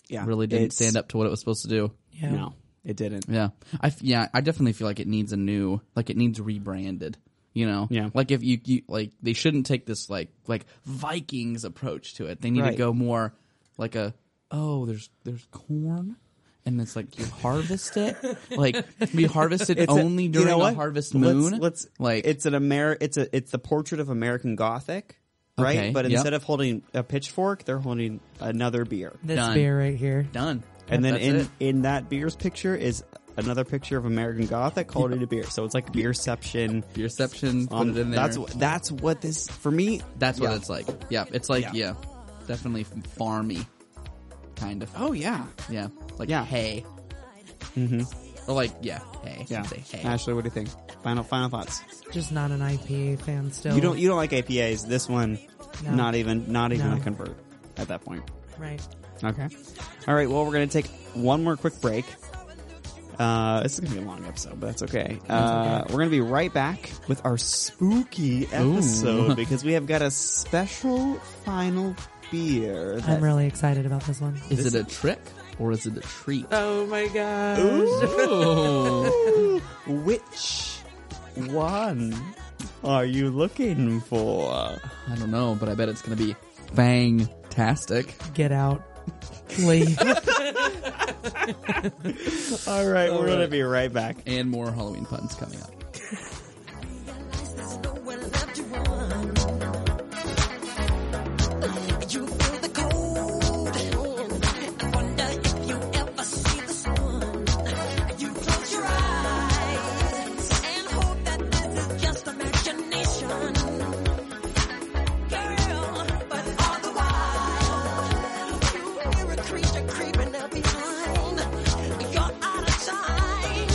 Yeah,
Really didn't
It's-
stand up to what it was supposed to do.
Yeah.
No, it didn't.
Yeah, I f- yeah, I definitely feel like it needs a new, like it needs rebranded. You know,
Yeah.
Like if you, you like, they shouldn't take this like like Vikings approach to it. They need to
Right.
go more like a oh, there's there's corn, and it's like you harvest it, like we
*laughs*
harvest it
a-
only during
you know
the
what?
harvest
Let's-
moon.
Let's,
like
it's an Amer. It's a it's the portrait of American Gothic, right?
Okay,
but
yep.
instead of holding a pitchfork, they're holding another beer.
This
Done.
beer right here.
done,
And then
That's
in
it.
in that beer's picture is another picture of American Gothic holding a beer. So it's like beerception.
beerception, put
Um,
it in there.
That's wh- that's what this for me.
That's what
yeah.
it's like. Yeah, it's like yeah,
Yeah.
definitely farmy, kind of.
Oh yeah,
Yeah, like
Yeah.
hay. Mm-hmm. Or like yeah, hay.
yeah.
Say hay.
Ashley, what do you think? Final final thoughts.
Just not an IPA fan still.
You don't you don't like APAs. This one,
No.
not even not even
No.
a convert at that point.
right.
Okay. All right. Well, we're going to take one more quick break. Uh, this is going to be a long episode, but that's okay. Uh, we're going to be right back with our spooky episode because we have got a special final beer. That,
I'm really excited about this one.
is it a trick or is it a treat?
Oh my god.
Ooh. *laughs* which one are you looking for?
*laughs* I don't know, but I bet it's gonna be fantastic.
Get out.
*laughs*
Leave.
All right. we're going to be right back.
And more Halloween puns coming up.
There's no one left to run. You feel the cold. I wonder if you ever see the sun. You close your eyes and hope that this is just imagination. Girl, but all the while, you hear a creature creeping up behind. You're out of time.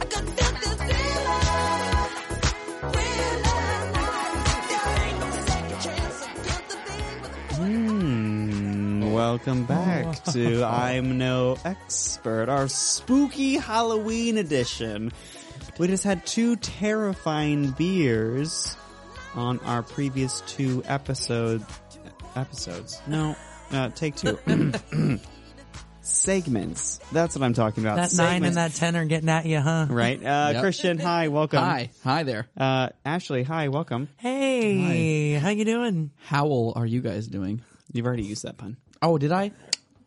I can feel this feeling.
Mm, welcome back
*laughs*
to I'm No Expert, our spooky Halloween edition. We just had two terrifying beers on our previous two episode episodes. No, uh, take two.
*coughs*
*clears throat* Segments. That's what I'm talking about.
that nine
Segments.
and that ten are getting at you, huh?
Right. Uh,
Yep.
Christian, hi, welcome.
Hi, hi there.
Uh, Ashley, hi, welcome.
Hey, how you doing?
Howl, are you guys doing?
You've already used that pun.
Oh, did I?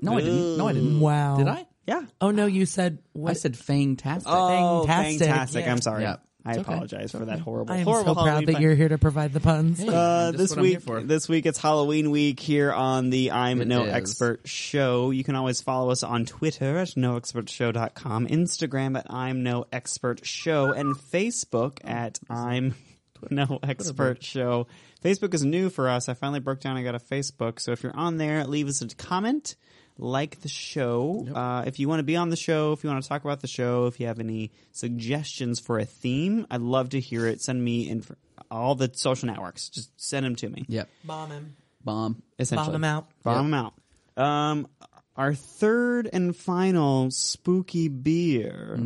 No, I didn't. No, I didn't.
Wow.
Did I?
Yeah.
Oh no, you said what?
I said fantastic.
Oh,
Fantastic.
fantastic. I'm sorry.
Yeah.
I
It's okay.
apologize for that horrible,
I am
horrible
so proud
Halloween
that
fun.
you're here to provide the puns.
Hey,
Uh,
that's
this
what I'm here
week,
for.
this week it's Halloween week here on the I'm
It
No
is.
Expert Show. You can always follow us on Twitter at noexpertshow.com, Instagram at I'm No Expert Show, and Facebook at I'm No Expert Show. Facebook is new for us. I finally broke down. I got a Facebook, so if you're on there, leave us a comment. Like the show. Uh, if you want to be on the show, if you want to talk about the show, if you have any suggestions for a theme, I'd love to hear it. Send me in all the social networks. Just send them to me
Yep.
Bomb him.
Bomb.
essentially.
Bomb them out.
Bomb 'em out. Um, our third and final spooky beer.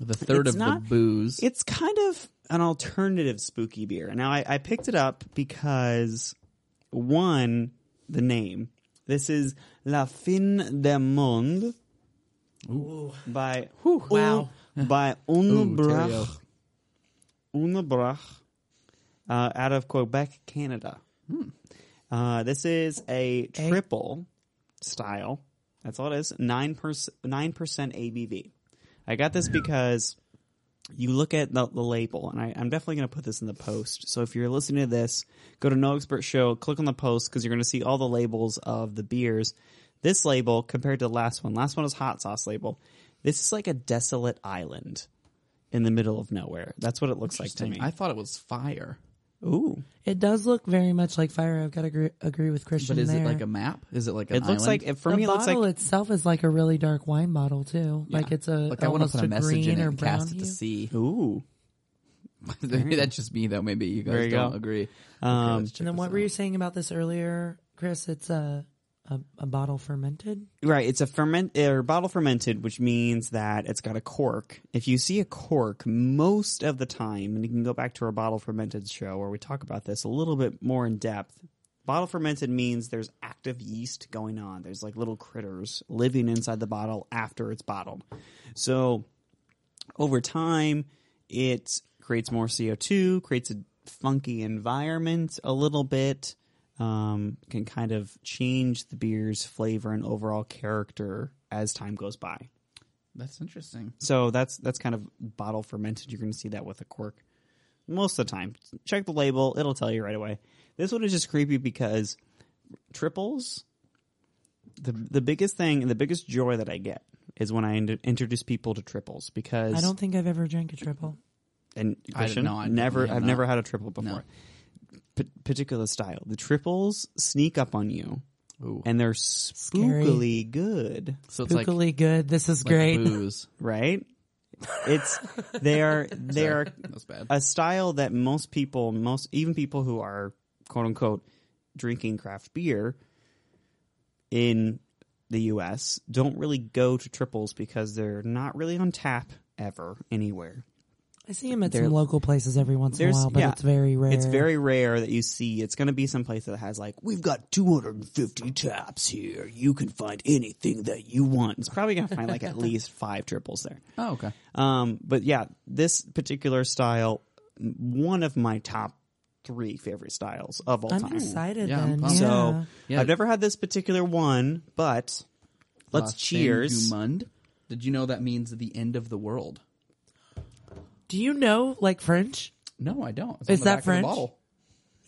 The third
It's
of
not-
the booze.
It's kind of an alternative spooky beer. Now, I, I picked it up because one, the name. This is La Fin de Monde by whew,
Wow.
*laughs* by Unlebrach Unlebrach uh, out of Quebec, Canada. Uh, this is a triple style. That's all it is. Nine percent nine percent ABV. I got this because you look at the, the label, and I, I'm definitely going to put this in the post. So if you're listening to this, go to No Expert Show, click on the post because you're going to see all the labels of the beers. This label compared to the last one, last one is hot sauce label. This is like a desolate island in the middle of nowhere. That's what it looks like to me.
I thought it was fire,
Ooh,
It does look very much like fire. I've got to agree, agree with Christian
but is
there.
it like a map? Is it like an
it looks
island?
like it- for
the
me. It looks
bottle
like
itself is like a really dark wine bottle too. Like it's a
like I want to
almost
put a message
green
in it
or
and
brown
cast it
hue.
to *laughs* sea.
ooh.
That's just me though. Maybe you guys
There you
don't
go.
agree.
Um,
let's check
And then
this
what
out.
were you saying about this earlier, Chris? It's a a, a bottle fermented.
Right, it's a ferment or bottle fermented, which means that it's got a cork. If you see a cork, most of the time, and you can go back to our bottle fermented show where we talk about this a little bit more in depth. Bottle fermented means there's active yeast going on. There's like little critters living inside the bottle after it's bottled. So over time, it creates more CO2, creates a funky environment a little bit, um, can kind of change the beer's flavor and overall character as time goes by.
That's interesting.
So that's that's kind of bottle fermented. You're going to see that with a cork most of the time. Check the label; it'll tell you right away. This one is just creepy because triples. The the biggest thing and the biggest joy that I get is when I in- introduce people to triples because
I don't think I've ever drank a triple.
and
I
Christian,
know, I
never,
definitely
I've
have
never
not.
had a triple before. P- particular style, the triples sneak up on you,
Ooh.
and they're spookily good,
So it's like,
Spookily
like
good. This is great.
booze.
right? It's they are they are
That's bad.
*laughs*
a style that most people, most even people who are quote unquote drinking craft beer in the U.S. don't really go to triples because they're not really on tap ever anywhere.
I see him at
There-
some local places every once in a
There's-
while, but
yeah.
it's very rare.
It's very rare that you see. It's going to be someplace that has like, we've got 250 taps here. You can find anything that you want. It's probably going to find like
*laughs*
at least five triples there.
oh, okay.
Uh,
Um, but yeah, this particular style, m- one of my top three favorite styles of all
I'm
time.
excited
Yeah, I'm
then.
pumped.
yeah.
So
Yeah.
I've never had this particular one, but let's
La fin
cheers.
du monde. Did you know that means the end of the world?
do you know like French?
No, I don't. It's
Is
on the
that
back of the
French?
bottle.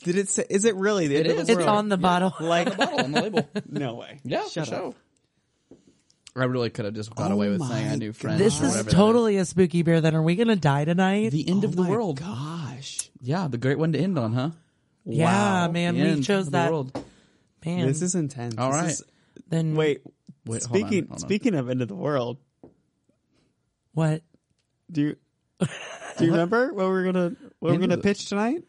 Did it say, is it really? the end
It
of
is.
the
It's
world?
on the bottle.
*laughs*
like,
Bottle on the label.
*laughs*
no way.
Yeah,
Shut
for
up.
sure. I really could have just got
Oh
away with
my
saying I knew French.
This
or
is
whatever that
totally a spooky beer. Then are we gonna die tonight?
The end
Oh
of the
my
world.
Gosh.
Yeah, the great one to end on, huh?
yeah,
wow.
man,
The
we
end
chose
of the
that.
world.
Man,
This is intense.
All
This
right.
is-
then
wait.
Wait, hold on,
speaking
hold on.
speaking of end of the world,
What?
do you *laughs* do you remember what we were gonna what we were
End of
gonna
the-
pitch tonight?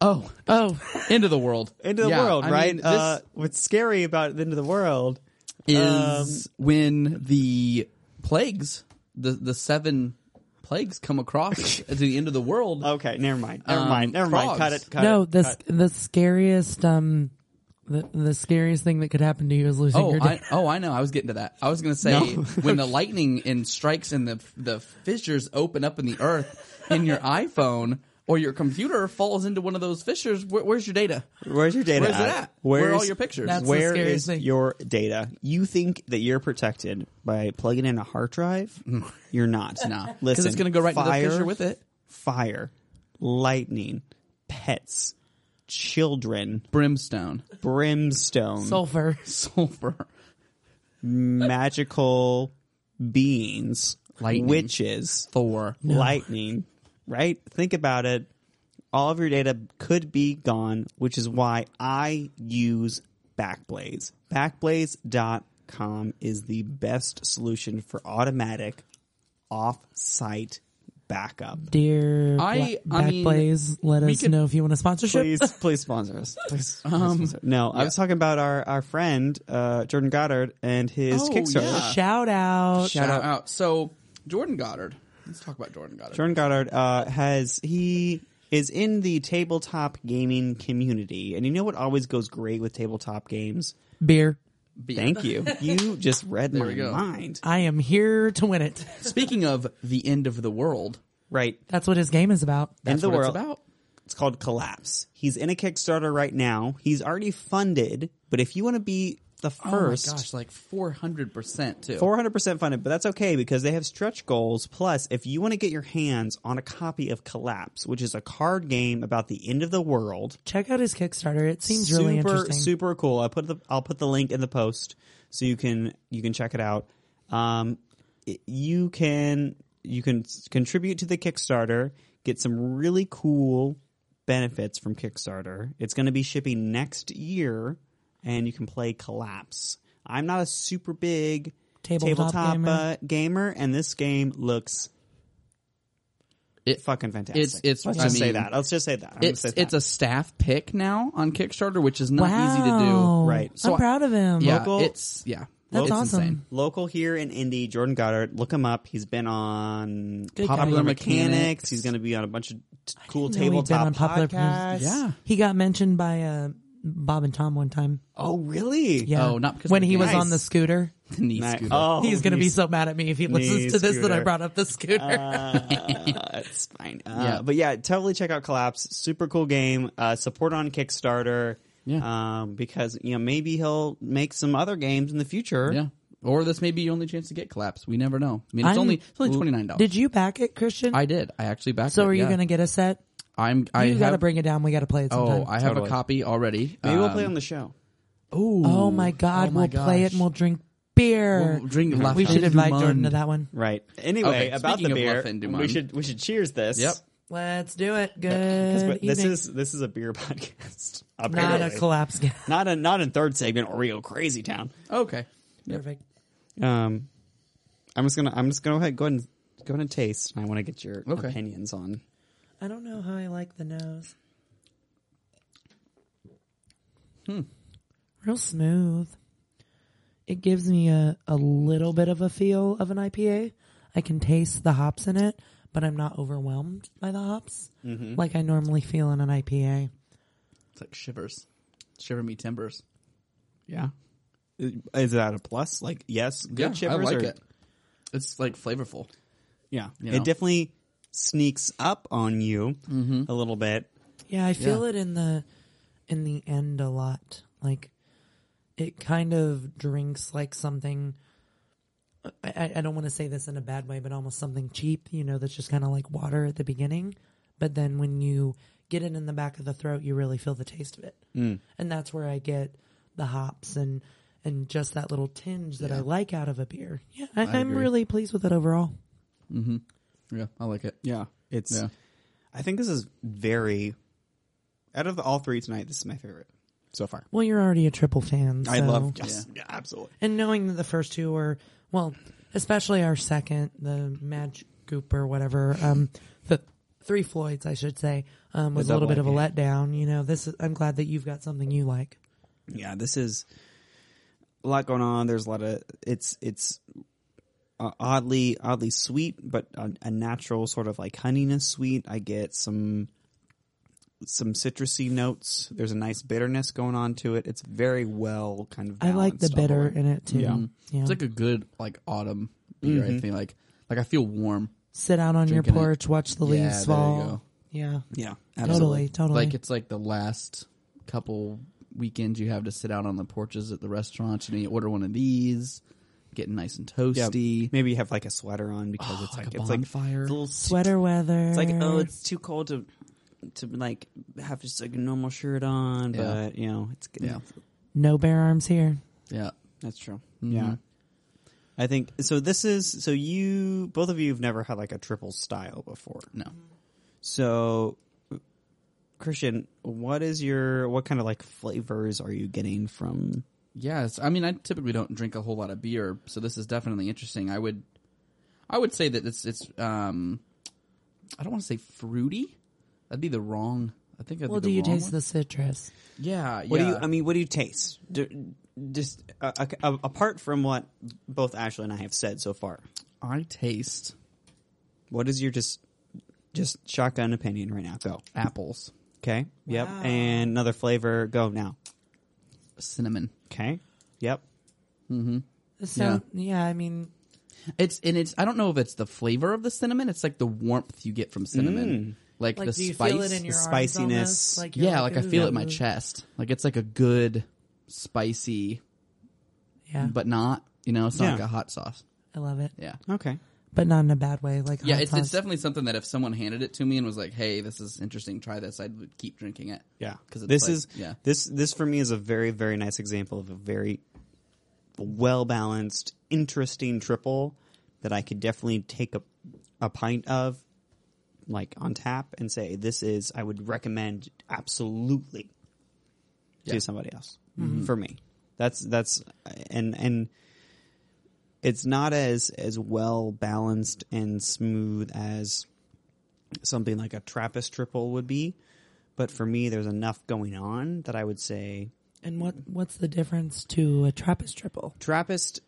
Oh,
Oh,
end of the world.
End of the
Yeah,
world,
I mean,
right?
this
uh, what's scary about the end of the world? Um,
is when the plagues, the the seven plagues,
*laughs*
come across to the end of the world.
Okay, never mind. Never
Um,
mind. Never mind. Cut
frogs.
it. Cut
no,
it.
the
cut.
sc- the scariest um the, the scariest thing that could happen to you is losing
Oh,
your
I,
dick.
oh, I know. I was getting to that. I was going to say
No.
*laughs* when the lightning and strikes and the the fissures open up in the earth,
*laughs*
and your iPhone or your computer falls into one of those fissures. Where, where's your data?
Where's your data?
Where's it at? Where are all your pictures?
That's the
where
scariest
is
thing.
your data? You think that you're protected by plugging in a hard
*laughs*
drive? You're not.
No,
listen.
it's going to go right
fire,
into the fissure with it.
Fire, lightning, pets, children,
Brimstone, *laughs*
brimstone,
sulfur.
sulfur,
magical beings,
Lightning.
witches,
Thor.
lightning, right? Think about it. All of your data could be gone, which is why I use Backblaze. Backblaze.com is the best solution for automatic off site backup.
Dear
I-
Bla-
I
Back
mean,
Blaze, let
we
us
could-
know if you want a
*laughs*
sponsorship.
Please, please sponsor us. Please, please
Um,
sponsor. No, I was talking about our, our friend, uh, Jordan Goddard, and his
Oh,
Kickstarter.
yeah.
*laughs* Shout out.
Shout, out. So Jordan Goddard. Let's talk about Jordan Goddard.
Jordan Goddard uh, has he is in the tabletop gaming community, and you know what always goes great with tabletop games?
Beer.
beer.
Thank
*laughs*
you. You just read my
we go.
mind.
I am here to win it.
Speaking of the end of the world,
Right.
That's what his game is about.
End of the
what it's
world.
about.
It's called Collapse. He's in a Kickstarter right now. He's already funded, but if you want to be the first,
oh my gosh, like four hundred percent too.
400% funded, but that's okay because they have stretch goals. Plus, if you want to get your hands on a copy of Collapse, which is a card game about the end of the world,
Check out his Kickstarter. It seems
super
really interesting.
super cool. I put the I'll put the link in the post so you can you can check it out. Um, it- you can you can s- contribute to the Kickstarter, get some really cool benefits from Kickstarter. It's going to be shipping next year, and you can play Collapse. I'm not a super big
Tabletop gamer.
Uh, gamer, and this game looks.
It-
fucking fantastic.
it's-
Let's
I
just say
mean,
that. Let's just say that. I'm gonna
It's
say that.
it's a staff pick now on Kickstarter, which is not
wow.
easy to
Right.
So
I'm
I-
proud of him.
do. Yeah,
Local-
it's yeah,
That's
it's
awesome.
insane.
local here in Indy, Jordan Goddard. Look him up. He's been on
Good guy.
Popular
Popular
Mechanics.
Mechanics.
He's going to be on a bunch of t- cool
know he'd been
tabletop
on Popular
podcasts.
Yeah.
He got mentioned by uh, Bob and Tom one time.
Oh, really?
Yeah.
Oh, not because
when
of the
he was
game.
on the scooter.
Knee
Nice.
scooter.
Oh, *laughs*
He's gonna be so mad at me if he listens to this that I
scooter.
brought up the scooter.
Uh, it's fine. Uh,
Yeah.
But yeah, totally check out Collapse. Super cool game. Uh, support on Kickstarter.
Yeah.
Um, because you know maybe he'll make some other games in the future.
Yeah. Or this may be your only chance to get collapse. We never know. I mean, it's
I'm-
only it's only twenty nine dollars.
Did you back it, Christian?
I did. I actually backed.
so
it,
are you
yeah.
gonna get a set?
I'm. I
You
have,
gotta bring it down. We gotta play it sometime.
Oh, I have
Totally.
a copy already. Um,
Maybe we'll play on the show.
Oh my God! we'll play it and we'll drink beer.
We'll drink Laugh
we
Out
should
Loud.
invite
Dumund.
Jordan to that one.
Right. Anyway,
Okay,
about
speaking
the
of
beer,
Luff and Dumont.
we should we should cheers this.
Yep.
Let's do it. Good.
But this
evening.
is this is a beer *laughs* podcast.
not a
apparently.
collapse. *laughs* game.
not in not in third segment Oreo Crazy Town.
Okay.
Perfect.
Um, I'm just gonna I'm just gonna go ahead go ahead and go ahead and taste. And I want to get your
Okay.
opinions on.
I don't know how I like the nose. Hmm. Real smooth. It gives me a, a little bit of a feel of an IPA. I can taste the hops in it, but I'm not overwhelmed by the hops like I normally feel in an IPA.
It's like shivers, shiver me timbers.
Yeah, Uh, is that a plus? Like yes, good
yeah,
chippers.
I like
or-
it. It's like flavorful.
Yeah,
You
it
know. Mm-hmm.
definitely sneaks up on you a little bit.
Yeah, I feel
Yeah.
it in the in the end a lot. Like it kind of drinks like something. I- I, I don't want to say this in a bad way, but almost something cheap. You know, that's just kind of like water at the beginning, but then when you get it in the back of the throat, you really feel the taste of it, mm. and that's where I get the hops and and just that little tinge that I like out of a beer. Yeah, I, I am
agree.
really pleased with it overall.
Yeah, I like it.
Yeah, it's.
Yeah.
I think this is very. Out of the all three tonight, this is my favorite so far.
Well, you're already a triple fan.
I
so-
love yes, yeah, absolutely.
And knowing that the first two were well, especially our second, the Madge Goop or whatever, um, the Three Floyds, I should say, um, was a
The
little bit of
double
a
IPA.
letdown. You know, this is, I'm glad that you've got something you like.
yeah this is a lot going on there's a lot of it's it's uh, oddly oddly sweet but a, a natural sort of like honeyness sweet i get some some citrusy notes there's a nice bitterness going on to it it's very well kind of
I like the
balanced all
bitter
way.
in it too. Yeah.
It's like a good like autumn beer.
Mm-hmm.
I think like like I feel warm.
Sit out on your
drinking it.
porch, watch the
Yeah, there
leaves
you
fall.
go.
Yeah.
yeah
Totally,
absolutely
totally.
Like it's like the last couple weekends you have to sit out on the porches at the restaurants and you order one of these, getting nice and toasty.
yeah maybe you have like a sweater on because
Oh,
it's like,
Oh, like a
it's like
bonfire.
it's a little sweat
Sweater weather.
it's like oh it's too cold to to like have just like a normal shirt on
Yeah.
but you know it's
Yeah.
no bare arms here.
Yeah.
That's true. Yeah. Mm-hmm. I think so. This is so you both of you have never had like a triple style before.
No.
So, Christian, what is your what kind of like flavors are you getting from?
Yes, I mean I typically don't drink a whole lot of beer, so this is definitely interesting. I would, I would say that it's it's um, I don't want to say fruity. That'd be the wrong. I think. That'd
Well,
be
do
the
you
wrong
taste
one.
the citrus?
Yeah,
What
yeah.
do you? I mean, what do you taste? Do, just uh, ac- uh, apart from what both Ashley and I have said so far,
I taste
what is your just just shotgun opinion right now? Go.
apples,
Okay. Yep. And another flavor. Go now.
cinnamon.
Okay. Yep.
So yeah. I mean,
It's and it's I don't know if it's the flavor of the cinnamon. It's like the warmth you get from
Mm.
cinnamon, like,
like
the
do you
spice.
feel it in your arms
spiciness.
almost? Like you're
yeah, like I feel it in my
Mm.
ooh.
chest. Like it's like a good spicy,
Yeah,
but not you know it's not
Yeah.
like a hot sauce.
I love it,
Yeah,
Okay.
but not in a bad way. Like
yeah.
hot
It's, it's
sauce.
definitely something that if someone handed it to me and was like, "Hey, this is interesting. Try this," I would keep drinking it.
Yeah,
because
this
like,
is
yeah.
this this for me is a very very nice example of a very well balanced, interesting triple that I could definitely take a a pint of, like on tap, and say this is I would recommend absolutely
Yeah. Mm-hmm.
to somebody else for me. That's that's and and it's not as as well balanced and smooth as something like a Trappist triple would be. But for me, there's enough going on that I would say
And what what's the difference to a Trappist triple?
Trappist.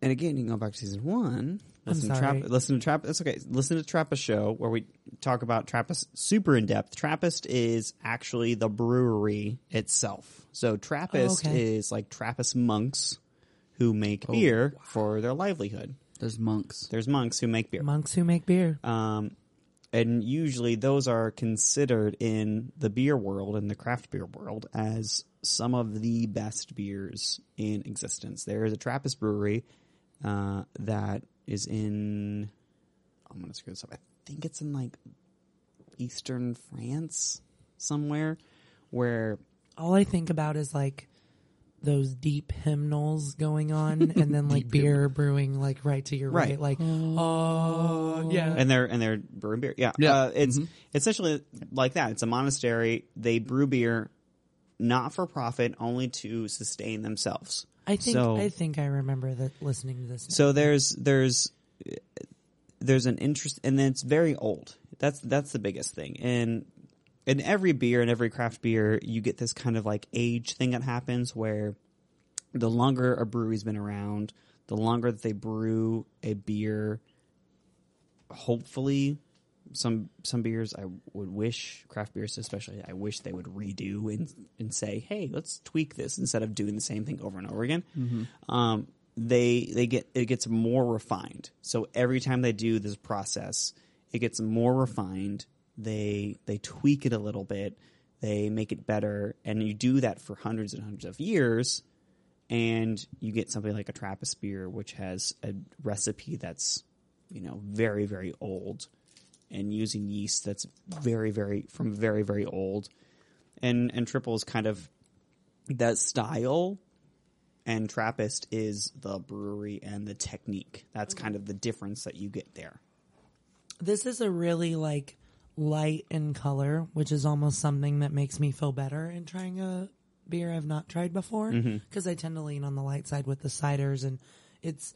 And again, you can go back to season one. Listen to
sorry.
Trapp- listen to Trappist. That's okay. Listen to Trappist show where we talk about Trappist super in depth. Trappist is actually the brewery itself. So Trappist
Oh, okay. Oh,
is like Trappist monks who make beer for their livelihood.
There's monks.
There's monks who make beer.
Monks who make beer.
Um, and usually those are considered in the beer world and the craft beer world as some of the best beers in existence. There is a Trappist brewery uh, that is in, I'm going to screw this up. I think it's in like eastern France somewhere where
All I think about is like those deep hymnals
*laughs*
going on, and then like beer brewing like right to your right,
Right.
like oh yeah,
and they're and they're brewing beer. Yeah,
Yeah.
Uh, it's essentially like that. It's a monastery. They brew beer, not for profit, only to sustain themselves.
I think
so.
I think I remember that listening to this.
so there's there's there's an interest, and then it's very old. That's that's the biggest thing. And in every beer and every craft beer, you get this kind of like age thing that happens where the longer a brewery's been around, the longer that they brew a beer, hopefully some some beers I would wish craft beers especially I wish they would redo and and say hey let's tweak this instead of doing the same thing over and over again. Um, they they get it gets more refined. So every time they do this process, it gets more refined. They they tweak it a little bit. They make it better, and you do that for hundreds and hundreds of years and you get something like a Trappist beer, which has a recipe that's, you know, very, very old and using yeast that's very, very, from very, very old. And, and triple is kind of that style, and Trappist is the brewery and the technique. That's kind of the difference that you get there.
this is a really like light in color, which is almost something that makes me feel better in trying a beer I've not tried before
Mm-hmm.
because I tend to lean on the light side with the ciders and it's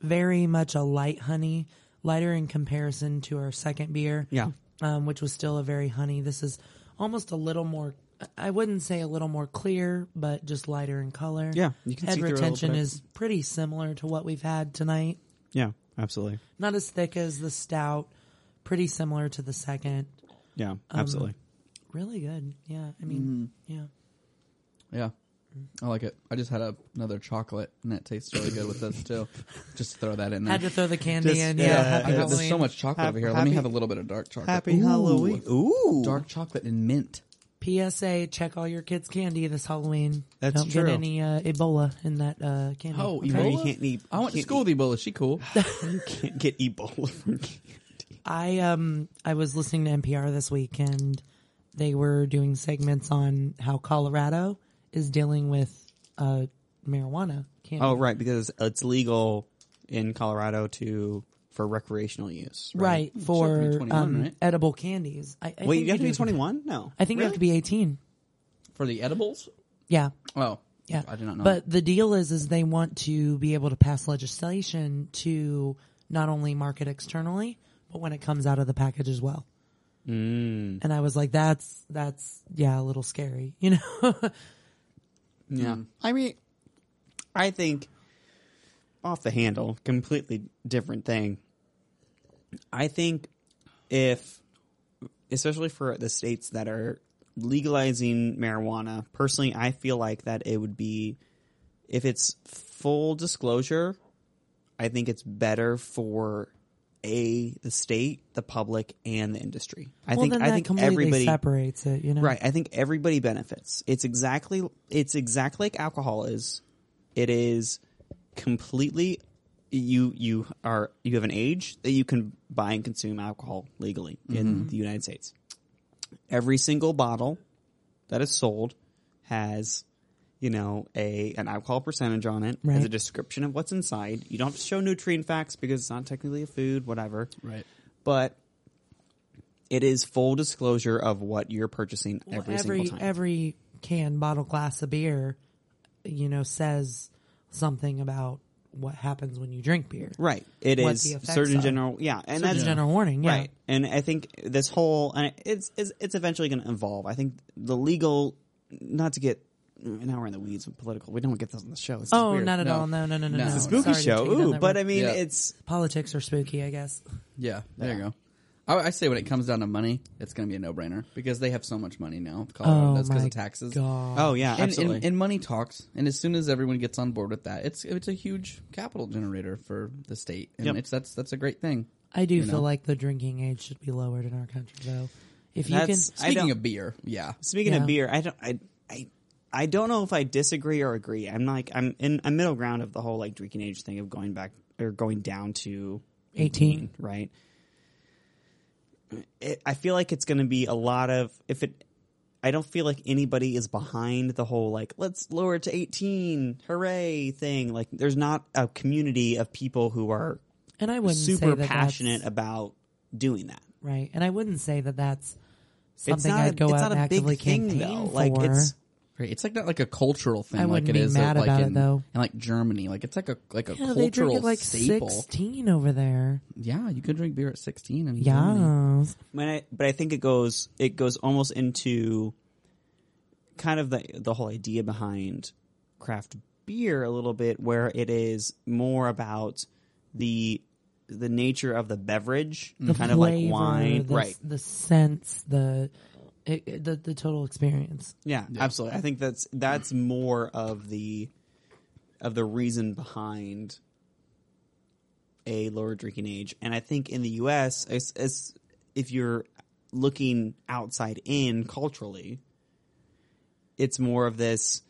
very much a light honey, lighter in comparison to our second beer.
Yeah.
Um, which was still a very honey. This is almost a little more I wouldn't say a little more clear, but just lighter in color.
Yeah, you can
Head
see through a little
retention
bit.
is pretty similar to what we've had tonight
Yeah, absolutely.
not as thick as the stout, pretty similar to the second.
Yeah, absolutely.
Really good. Yeah. I mean, yeah.
Yeah. I like it. I just had a, another chocolate, and that tastes really good with this too. Just to throw that in there.
Had to throw the candy
Just,
in.
uh,
Yeah. happy
I got there's so
Halloween.
much chocolate
Hap-
over here. Let me
happy-
have a little bit of dark chocolate.
Happy
Ooh.
Halloween. Ooh.
Dark chocolate and mint.
PSA: Check all your kids' candy this Halloween.
That's
Don't
true.
get any uh, Ebola in that uh, candy.
Oh,
Okay.
Ebola.
You can't eat-
I went to
can't
school with Ebola. She cool.
You can't get Ebola from candy.
I um I was listening to NPR this week and they were doing segments on how Colorado is dealing with uh, marijuana. Candy.
Oh, right, because it's legal in Colorado to for recreational use.
right,
Sure,
for
you're 21,
um,
right?
edible candies. I, I
Wait,
think
you have to be
they do-
21? No.
I think you have to be eighteen.
For the edibles?
Yeah.
Oh.
Yeah.
I did not know.
But the deal is is they want to be able to pass legislation to not only market externally, but when it comes out of the package as well. Mm. And I was like, that's that's yeah, a little scary, *laughs* you know?
Yeah. Mm. I mean, I think off the handle, completely different thing. I think if, especially for the states that are legalizing marijuana, personally, I feel like that it would be if it's full disclosure, I think it's better for a the state, the public, and the industry. I
well,
think
then
I
that
think
completely
everybody
separates it. You know,
Right. I think everybody benefits. It's exactly it's exactly like alcohol is. It is completely you you are you have an age that you can buy and consume alcohol legally
Mm-hmm.
in the United States. Every single bottle that is sold has you know a an alcohol percentage on it has
Right.
a description of what's inside. You don't have to show nutrient facts because it's not technically a food, whatever
Right.
but it is full disclosure of what you're purchasing
Well,
every,
every
single time.
every can, bottle, glass of beer, you know, says something about what happens when you drink beer.
right. It
what
is
the effects
Surgeon
are.
General. Yeah, and
That's
that's
a general warning, yeah.
right. And I think this whole and it's it's, it's eventually going to evolve. I think the legal, not to get now we're in the weeds with political. We don't get this on the show. This
Oh,
is weird.
not at
No.
all. No, no, no, no.
No.
no.
It's a
spooky
Sorry to
show.
take you down
Ooh,
that
but
road.
I mean,
Yeah.
it's
politics are spooky, I guess.
Yeah. There you go. I, I say when it comes down to money, it's going to be a no-brainer because they have so much money now. Colorado
Oh
does because
my
of taxes.
God.
oh yeah,
And,
absolutely.
and, and money talks, and as soon as everyone gets on board with that, it's it's a huge capital generator for the state, and
Yep.
it's that's that's a great thing.
I do feel
know?
like the drinking age should be lowered in our country, though. If you can,
That's- I
Speaking
don't-
of beer, yeah,
Speaking
Yeah.
of beer, I don't, I, I, I don't know if I disagree or agree. I'm like, I'm in a middle ground of the whole like drinking age thing of going back or going down to
18.
right? It, I feel like it's going to be a lot of if it. I don't feel like anybody is behind the whole like let's lower it to eighteen, hooray thing. Like, there's not a community of people who are
and I wouldn't say
super
that
passionate
that's,
about doing that.
right? And I wouldn't say that that's something
not a-
I'd go
it's not
out and
a big
actively
thing,
campaign
though.
for.
Like, it's-
Right. It's like not like a cultural thing
I
like
wouldn't
it
be
is
mad
uh, like
about it,
in,
though.
in like Germany. Like it's like a like a
yeah,
cultural
they drink at like
staple.
16 over there.
Mm-hmm.
Yeah, you could drink beer at sixteen and
Yeah.
When I, but I think it goes it goes almost into kind of the the whole idea behind craft beer a little bit, where it is more about the the nature of the beverage, kind of like
flavor,
wine,
the,
right?
The sense, the it, it- the the total experience.
Yeah, absolutely. I think that's that's more of the of the reason behind a lower drinking age, and I think in the U.S., it's, it's, if you're looking outside in culturally, it's more of this: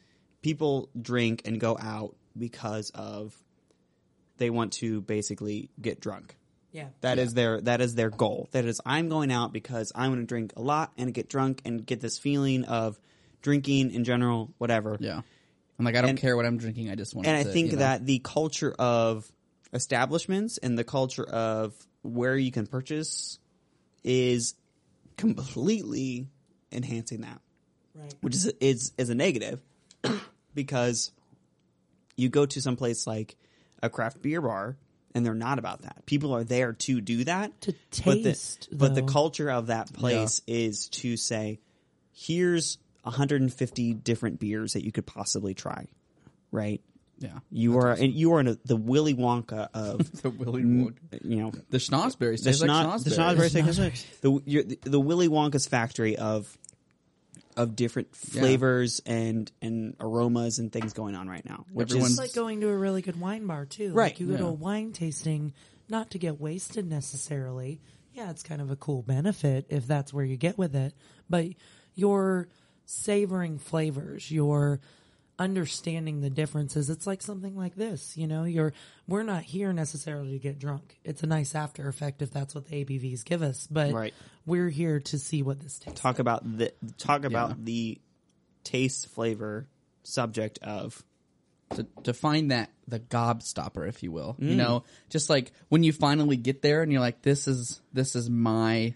people drink and go out because of they want to basically get drunk.
Yeah.
That is their that is their goal. That is I'm going out because I want to drink a lot and get drunk and get this feeling of drinking in general, whatever.
Yeah. I'm like I don't
And-
care what I'm drinking. I just want.
And I
to,
think
you know.
that the culture of establishments and the culture of where you can purchase is completely enhancing that.
Right.
Which is is is a negative *clears throat* because you go to some place like a craft beer bar and they're not about that. People are there to do that
To
but the-
taste,
But the,
though.
culture of that place is to say, here's 150 different beers that you could possibly try, right?
yeah,
You are and you are in a, the Willy Wonka of
*laughs*
*laughs*
the Willy Wonka,
you know
the Schnozberry
Mm. the
tastes
schna-
like
the
Schnozberry.
Schnozberry
*laughs*
thing- the you're- the- the Willy Wonka's factory of of different flavors and and aromas and things going on right now, which
Everyone's-
It's like going to a really good wine bar too.
Right.
Like you go to
Yeah.
a wine tasting not to get wasted necessarily. Yeah, it's kind of a cool benefit if that's where you get with it. But you're savoring flavors, you're understanding the differences. It's like something like this, you know, you're we're not here necessarily to get drunk. It's a nice after effect if that's what the ABVs give us. But
Right.
we're here to see what this tastes
talk about the talk about
Yeah.
the taste flavor subject of
to, to find that the gobstopper, if you will. You know, just like when you finally get there and you're like, this is this is my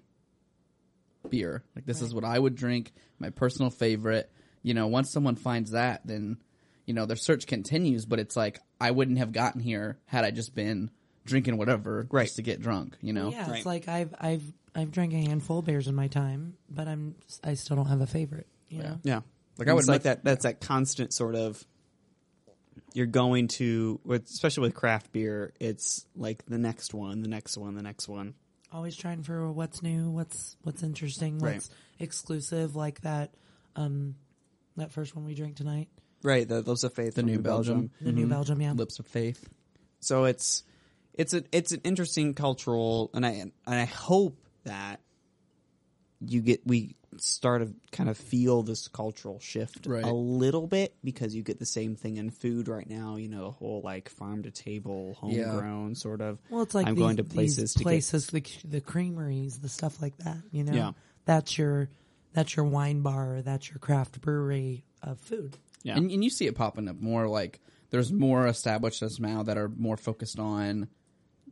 beer. Like this is what I would drink, my personal favorite. You know, once someone finds that, then you know their search continues. But it's like I wouldn't have gotten here had I just been drinking whatever
Right.
just to get drunk. You know,
Yeah,
Right.
it's like I've I've I've drank a handful of beers in my time, but I'm I still don't have a favorite. You know,
Yeah.
Like,
Like
I
I
would
was like
much-
that that's that constant sort of you're going to with especially with craft beer, it's like the next one, the next one, the next one.
always trying for what's new, what's what's interesting,
Right.
what's exclusive, like that um that first one we drank tonight.
Right, the Lips of Faith,
The
from
New Belgium.
The
Mm-hmm.
New Belgium, yeah.
Lips of Faith.
So it's it's a it's an interesting cultural, and I and I hope that you get we start to kind of feel this cultural shift
Right.
a little bit because you get the same thing in food right now. You know, the whole like farm to table,
Yeah.
homegrown sort of.
Well, it's like
I'm
the-
going to
these
places to get
places the the creameries, the stuff like that. You know,
Yeah.
that's your that's your wine bar, that's your craft brewery of food.
Yeah.
And, and you see it popping up more like there's more establishments now that are more focused on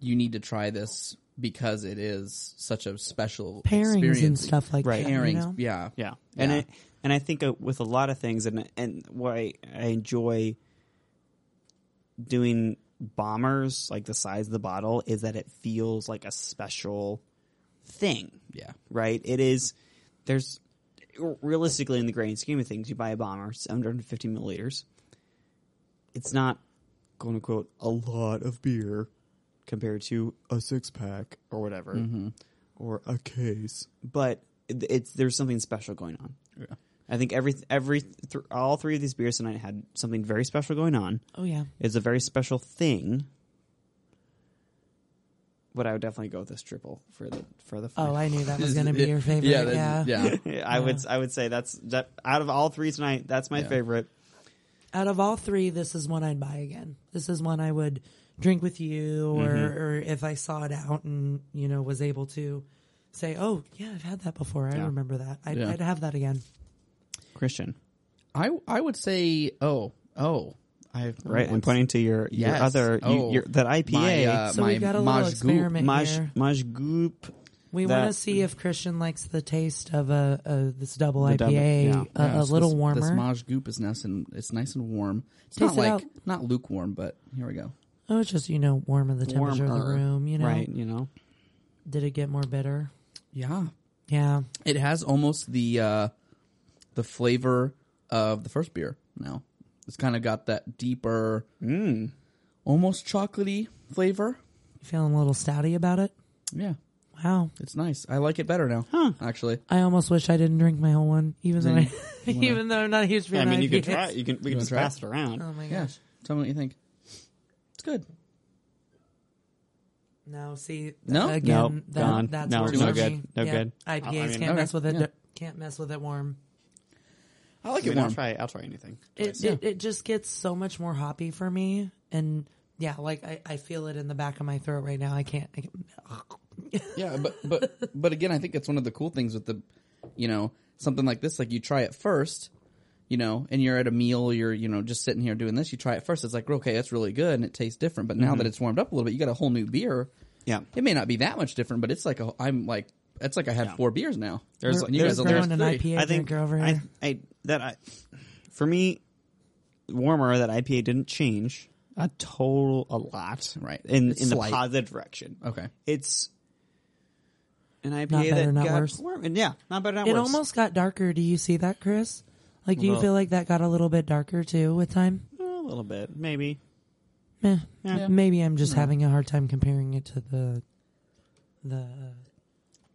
you need to try this because it is such a special
Pairings and
experience.
stuff like
Right.
that. you
Pairings,
know?
yeah,
Yeah, and
Yeah.
I, and I think uh, with a lot of things, and and why I enjoy doing bombers like the size of the bottle is that it feels like a special thing.
yeah.
Right? It is. There's realistically in the grand scheme of things, you buy a bomber, 750 milliliters. It's not "quote unquote" a lot of beer compared to a six pack or whatever or a case, but it- it's there's something special going on.
Yeah.
I think every every th- all three of these beers tonight had something very special going on.
Oh yeah.
It's a very special thing. But I would definitely go with this triple for the for the.
Oh,
final.
I knew that was going to be your favorite.
Yeah,
Yeah,
that-
*laughs*
yeah.
*laughs* I would I would say that's that out of all three tonight, that's my
Yeah.
favorite.
Out of all three, this is one I'd buy again. This is one I would drink with you, or
Mm-hmm.
or if I saw it out and you know was able to say, oh yeah, I've had that before. I
Yeah.
remember that. I'd,
Yeah.
I'd have that again.
Christian,
I I would say oh oh I
right? I'm pointing to your your
Yes.
other you-
Oh.
your, that IPA.
My, uh,
So
my
we've got a little
Majgoop-
experiment
Maj
here.
Majgoop.
We
that-
want to see if Christian likes the taste of a, a this double
The
IPA,
double- yeah.
uh, a, a little
this,
warmer.
This Maj Goop is nice and it's nice and warm. It's
Taste
not
it
like
out.
not lukewarm, but here we go.
oh, it's just you know, warm of the temperature of the
Warmer,
room. You know,
uh, Right, you know.
did it get more bitter?
Yeah,
Yeah,
it has almost the uh the flavor of the first beer. Now it's kind of got that deeper, Mm. almost chocolatey flavor.
feeling a little stouty about it.
Yeah,
Wow,
it's nice. I like it better now. Actually,
I almost wish I didn't drink my whole one, even though I,
Then
*laughs* even though I'm not a huge fan.
I mean,
of
you can
IPAs.
try. it. You can we can
wanna
just
try it?
pass it around.
Oh my gosh!
yeah. Tell me what you think. It's good.
No, see,
No?
again,
Nope.
that,
Gone.
that's
No,
worse
no
for
good.
me.
No
Yeah.
good.
IPAs
I mean,
can't
okay.
mess with it.
Yeah.
Can't mess with it warm.
I like
I
it
mean, I'll
warm.
try. I'll try anything.
it, it it just gets so much more hoppy for me and yeah like I, I feel it in the back of my throat right now i can't, I can't
yeah, but but but again, I think that's one of the cool things with the, you know, something like this. Like you try it first, you know, and you're at a meal, you're you know just sitting here doing this. You try it first. It's like okay, that's really good, and it tastes different. But now that it's warmed up a little bit, you got a whole new beer.
Yeah.
It may not be that much different, but it's like a, I'm like it's like I had four beers now.
There's-
And you
there's-
guys will
there's
learn
an
three.
IPA
I think
drinker over
I,
here
I that I for me warmer that IPA didn't change a total a lot
Right.
in
It's
in
slight.
the positive direction.
Okay.
It's an IPA
better,
that
not
got
worse.
warm and yeah, not better, not
it
worse.
almost got darker do you see that chris like do you
No.
feel like that got a little bit darker too with time
a little bit maybe.
Meh.
Yeah.
maybe i'm just having a hard time comparing it to the the uh,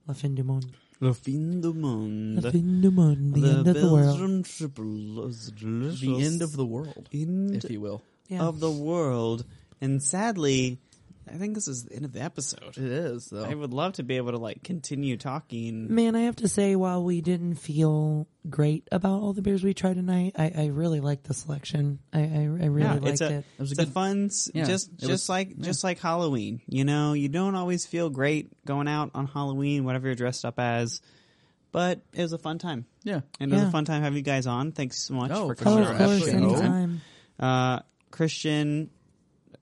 la fin du monde
The fin du monde,
la fin du monde the, end of the world
Belgian triple is delicious.
The end of the world,
End
if you will.
yeah.
of the world, and sadly, I think this is the end of the episode.
It is though.
I would love to be able to like continue talking.
Man, I have to say, while we didn't feel great about all the beers we tried tonight, I, I really liked the selection. I, I, I really
Yeah,
liked
it's a,
it.
was
it's
a
a
good-
fun, s-
yeah,
just
it
just
was-
like just like Halloween. You know, you don't always feel great going out on Halloween, whatever you're dressed up as. But it was a fun time,
yeah.
and it was
Yeah.
a fun time having you guys on. Thanks so much
Oh,
for
for
coming
Oh,
sure,
of
on.
course,
absolutely.
anytime.
Uh, Christian,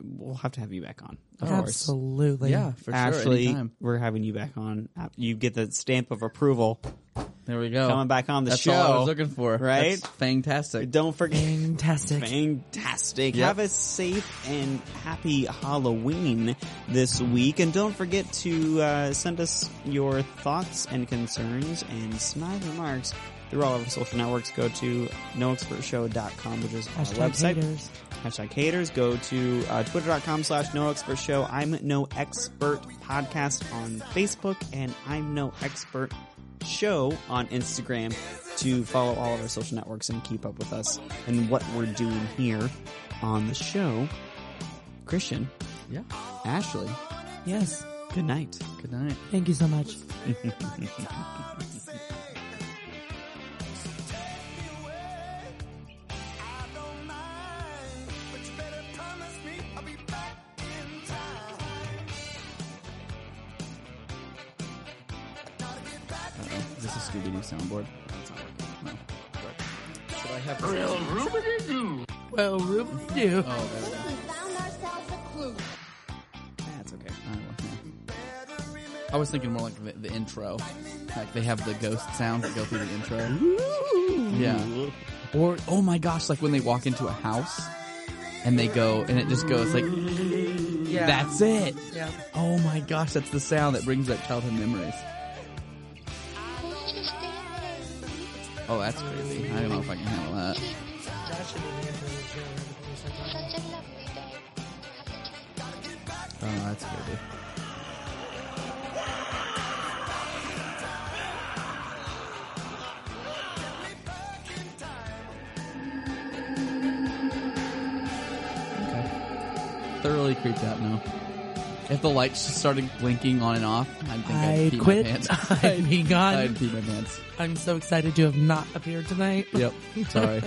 we'll have to have you back on. Oh, Of course.
Absolutely.
Yeah, for
Ashley,
sure. Anytime.
we're having you back on. You get the stamp of approval.
There we go.
Coming back on the
That's all I was
show,
looking for.
right?
That's fantastic.
Don't forget.
Fantastic.
Fantastic.
Yep.
Have a safe and happy Halloween this week. And don't forget to uh, send us your thoughts and concerns and snide remarks through all of our social networks. Go to noexpertshow.com, which is our
Hashtag
website.
haters.
Hashtag haters. Go to uh, twitter.com slash no expert show. I'm no expert podcast on Facebook and I'm no expert show on Instagram. to follow all of our social networks and keep up with us and what we're doing here on the show. Christian,
Yeah.
Ashley,
Yes.
good night.
Good night.
Thank you so much.
Uh-oh. Is this a Scooby Doo soundboard? No. Should I have.
Well, Rube, do.
Oh, there we go.
We found ourselves a clue.
That's okay.
I don't know. I was thinking more like the, the intro. Like they have the ghost sounds that go through the intro. Yeah. Or oh my gosh, like when they walk into a house and they go and it just goes like
Yeah.
that's it.
yeah.
Oh my gosh, that's the sound that brings back childhood memories. Oh, that's crazy. I don't know if I can handle that. Oh, that's crazy. Okay. Thoroughly creeped out now. If the lights just started blinking on and off, I think I'd
I
pee
quit. *laughs*
my pants. *laughs*
I'd be gone.
I'd pee my pants.
I'm so excited to have not appeared tonight. *laughs*
Yep. Sorry.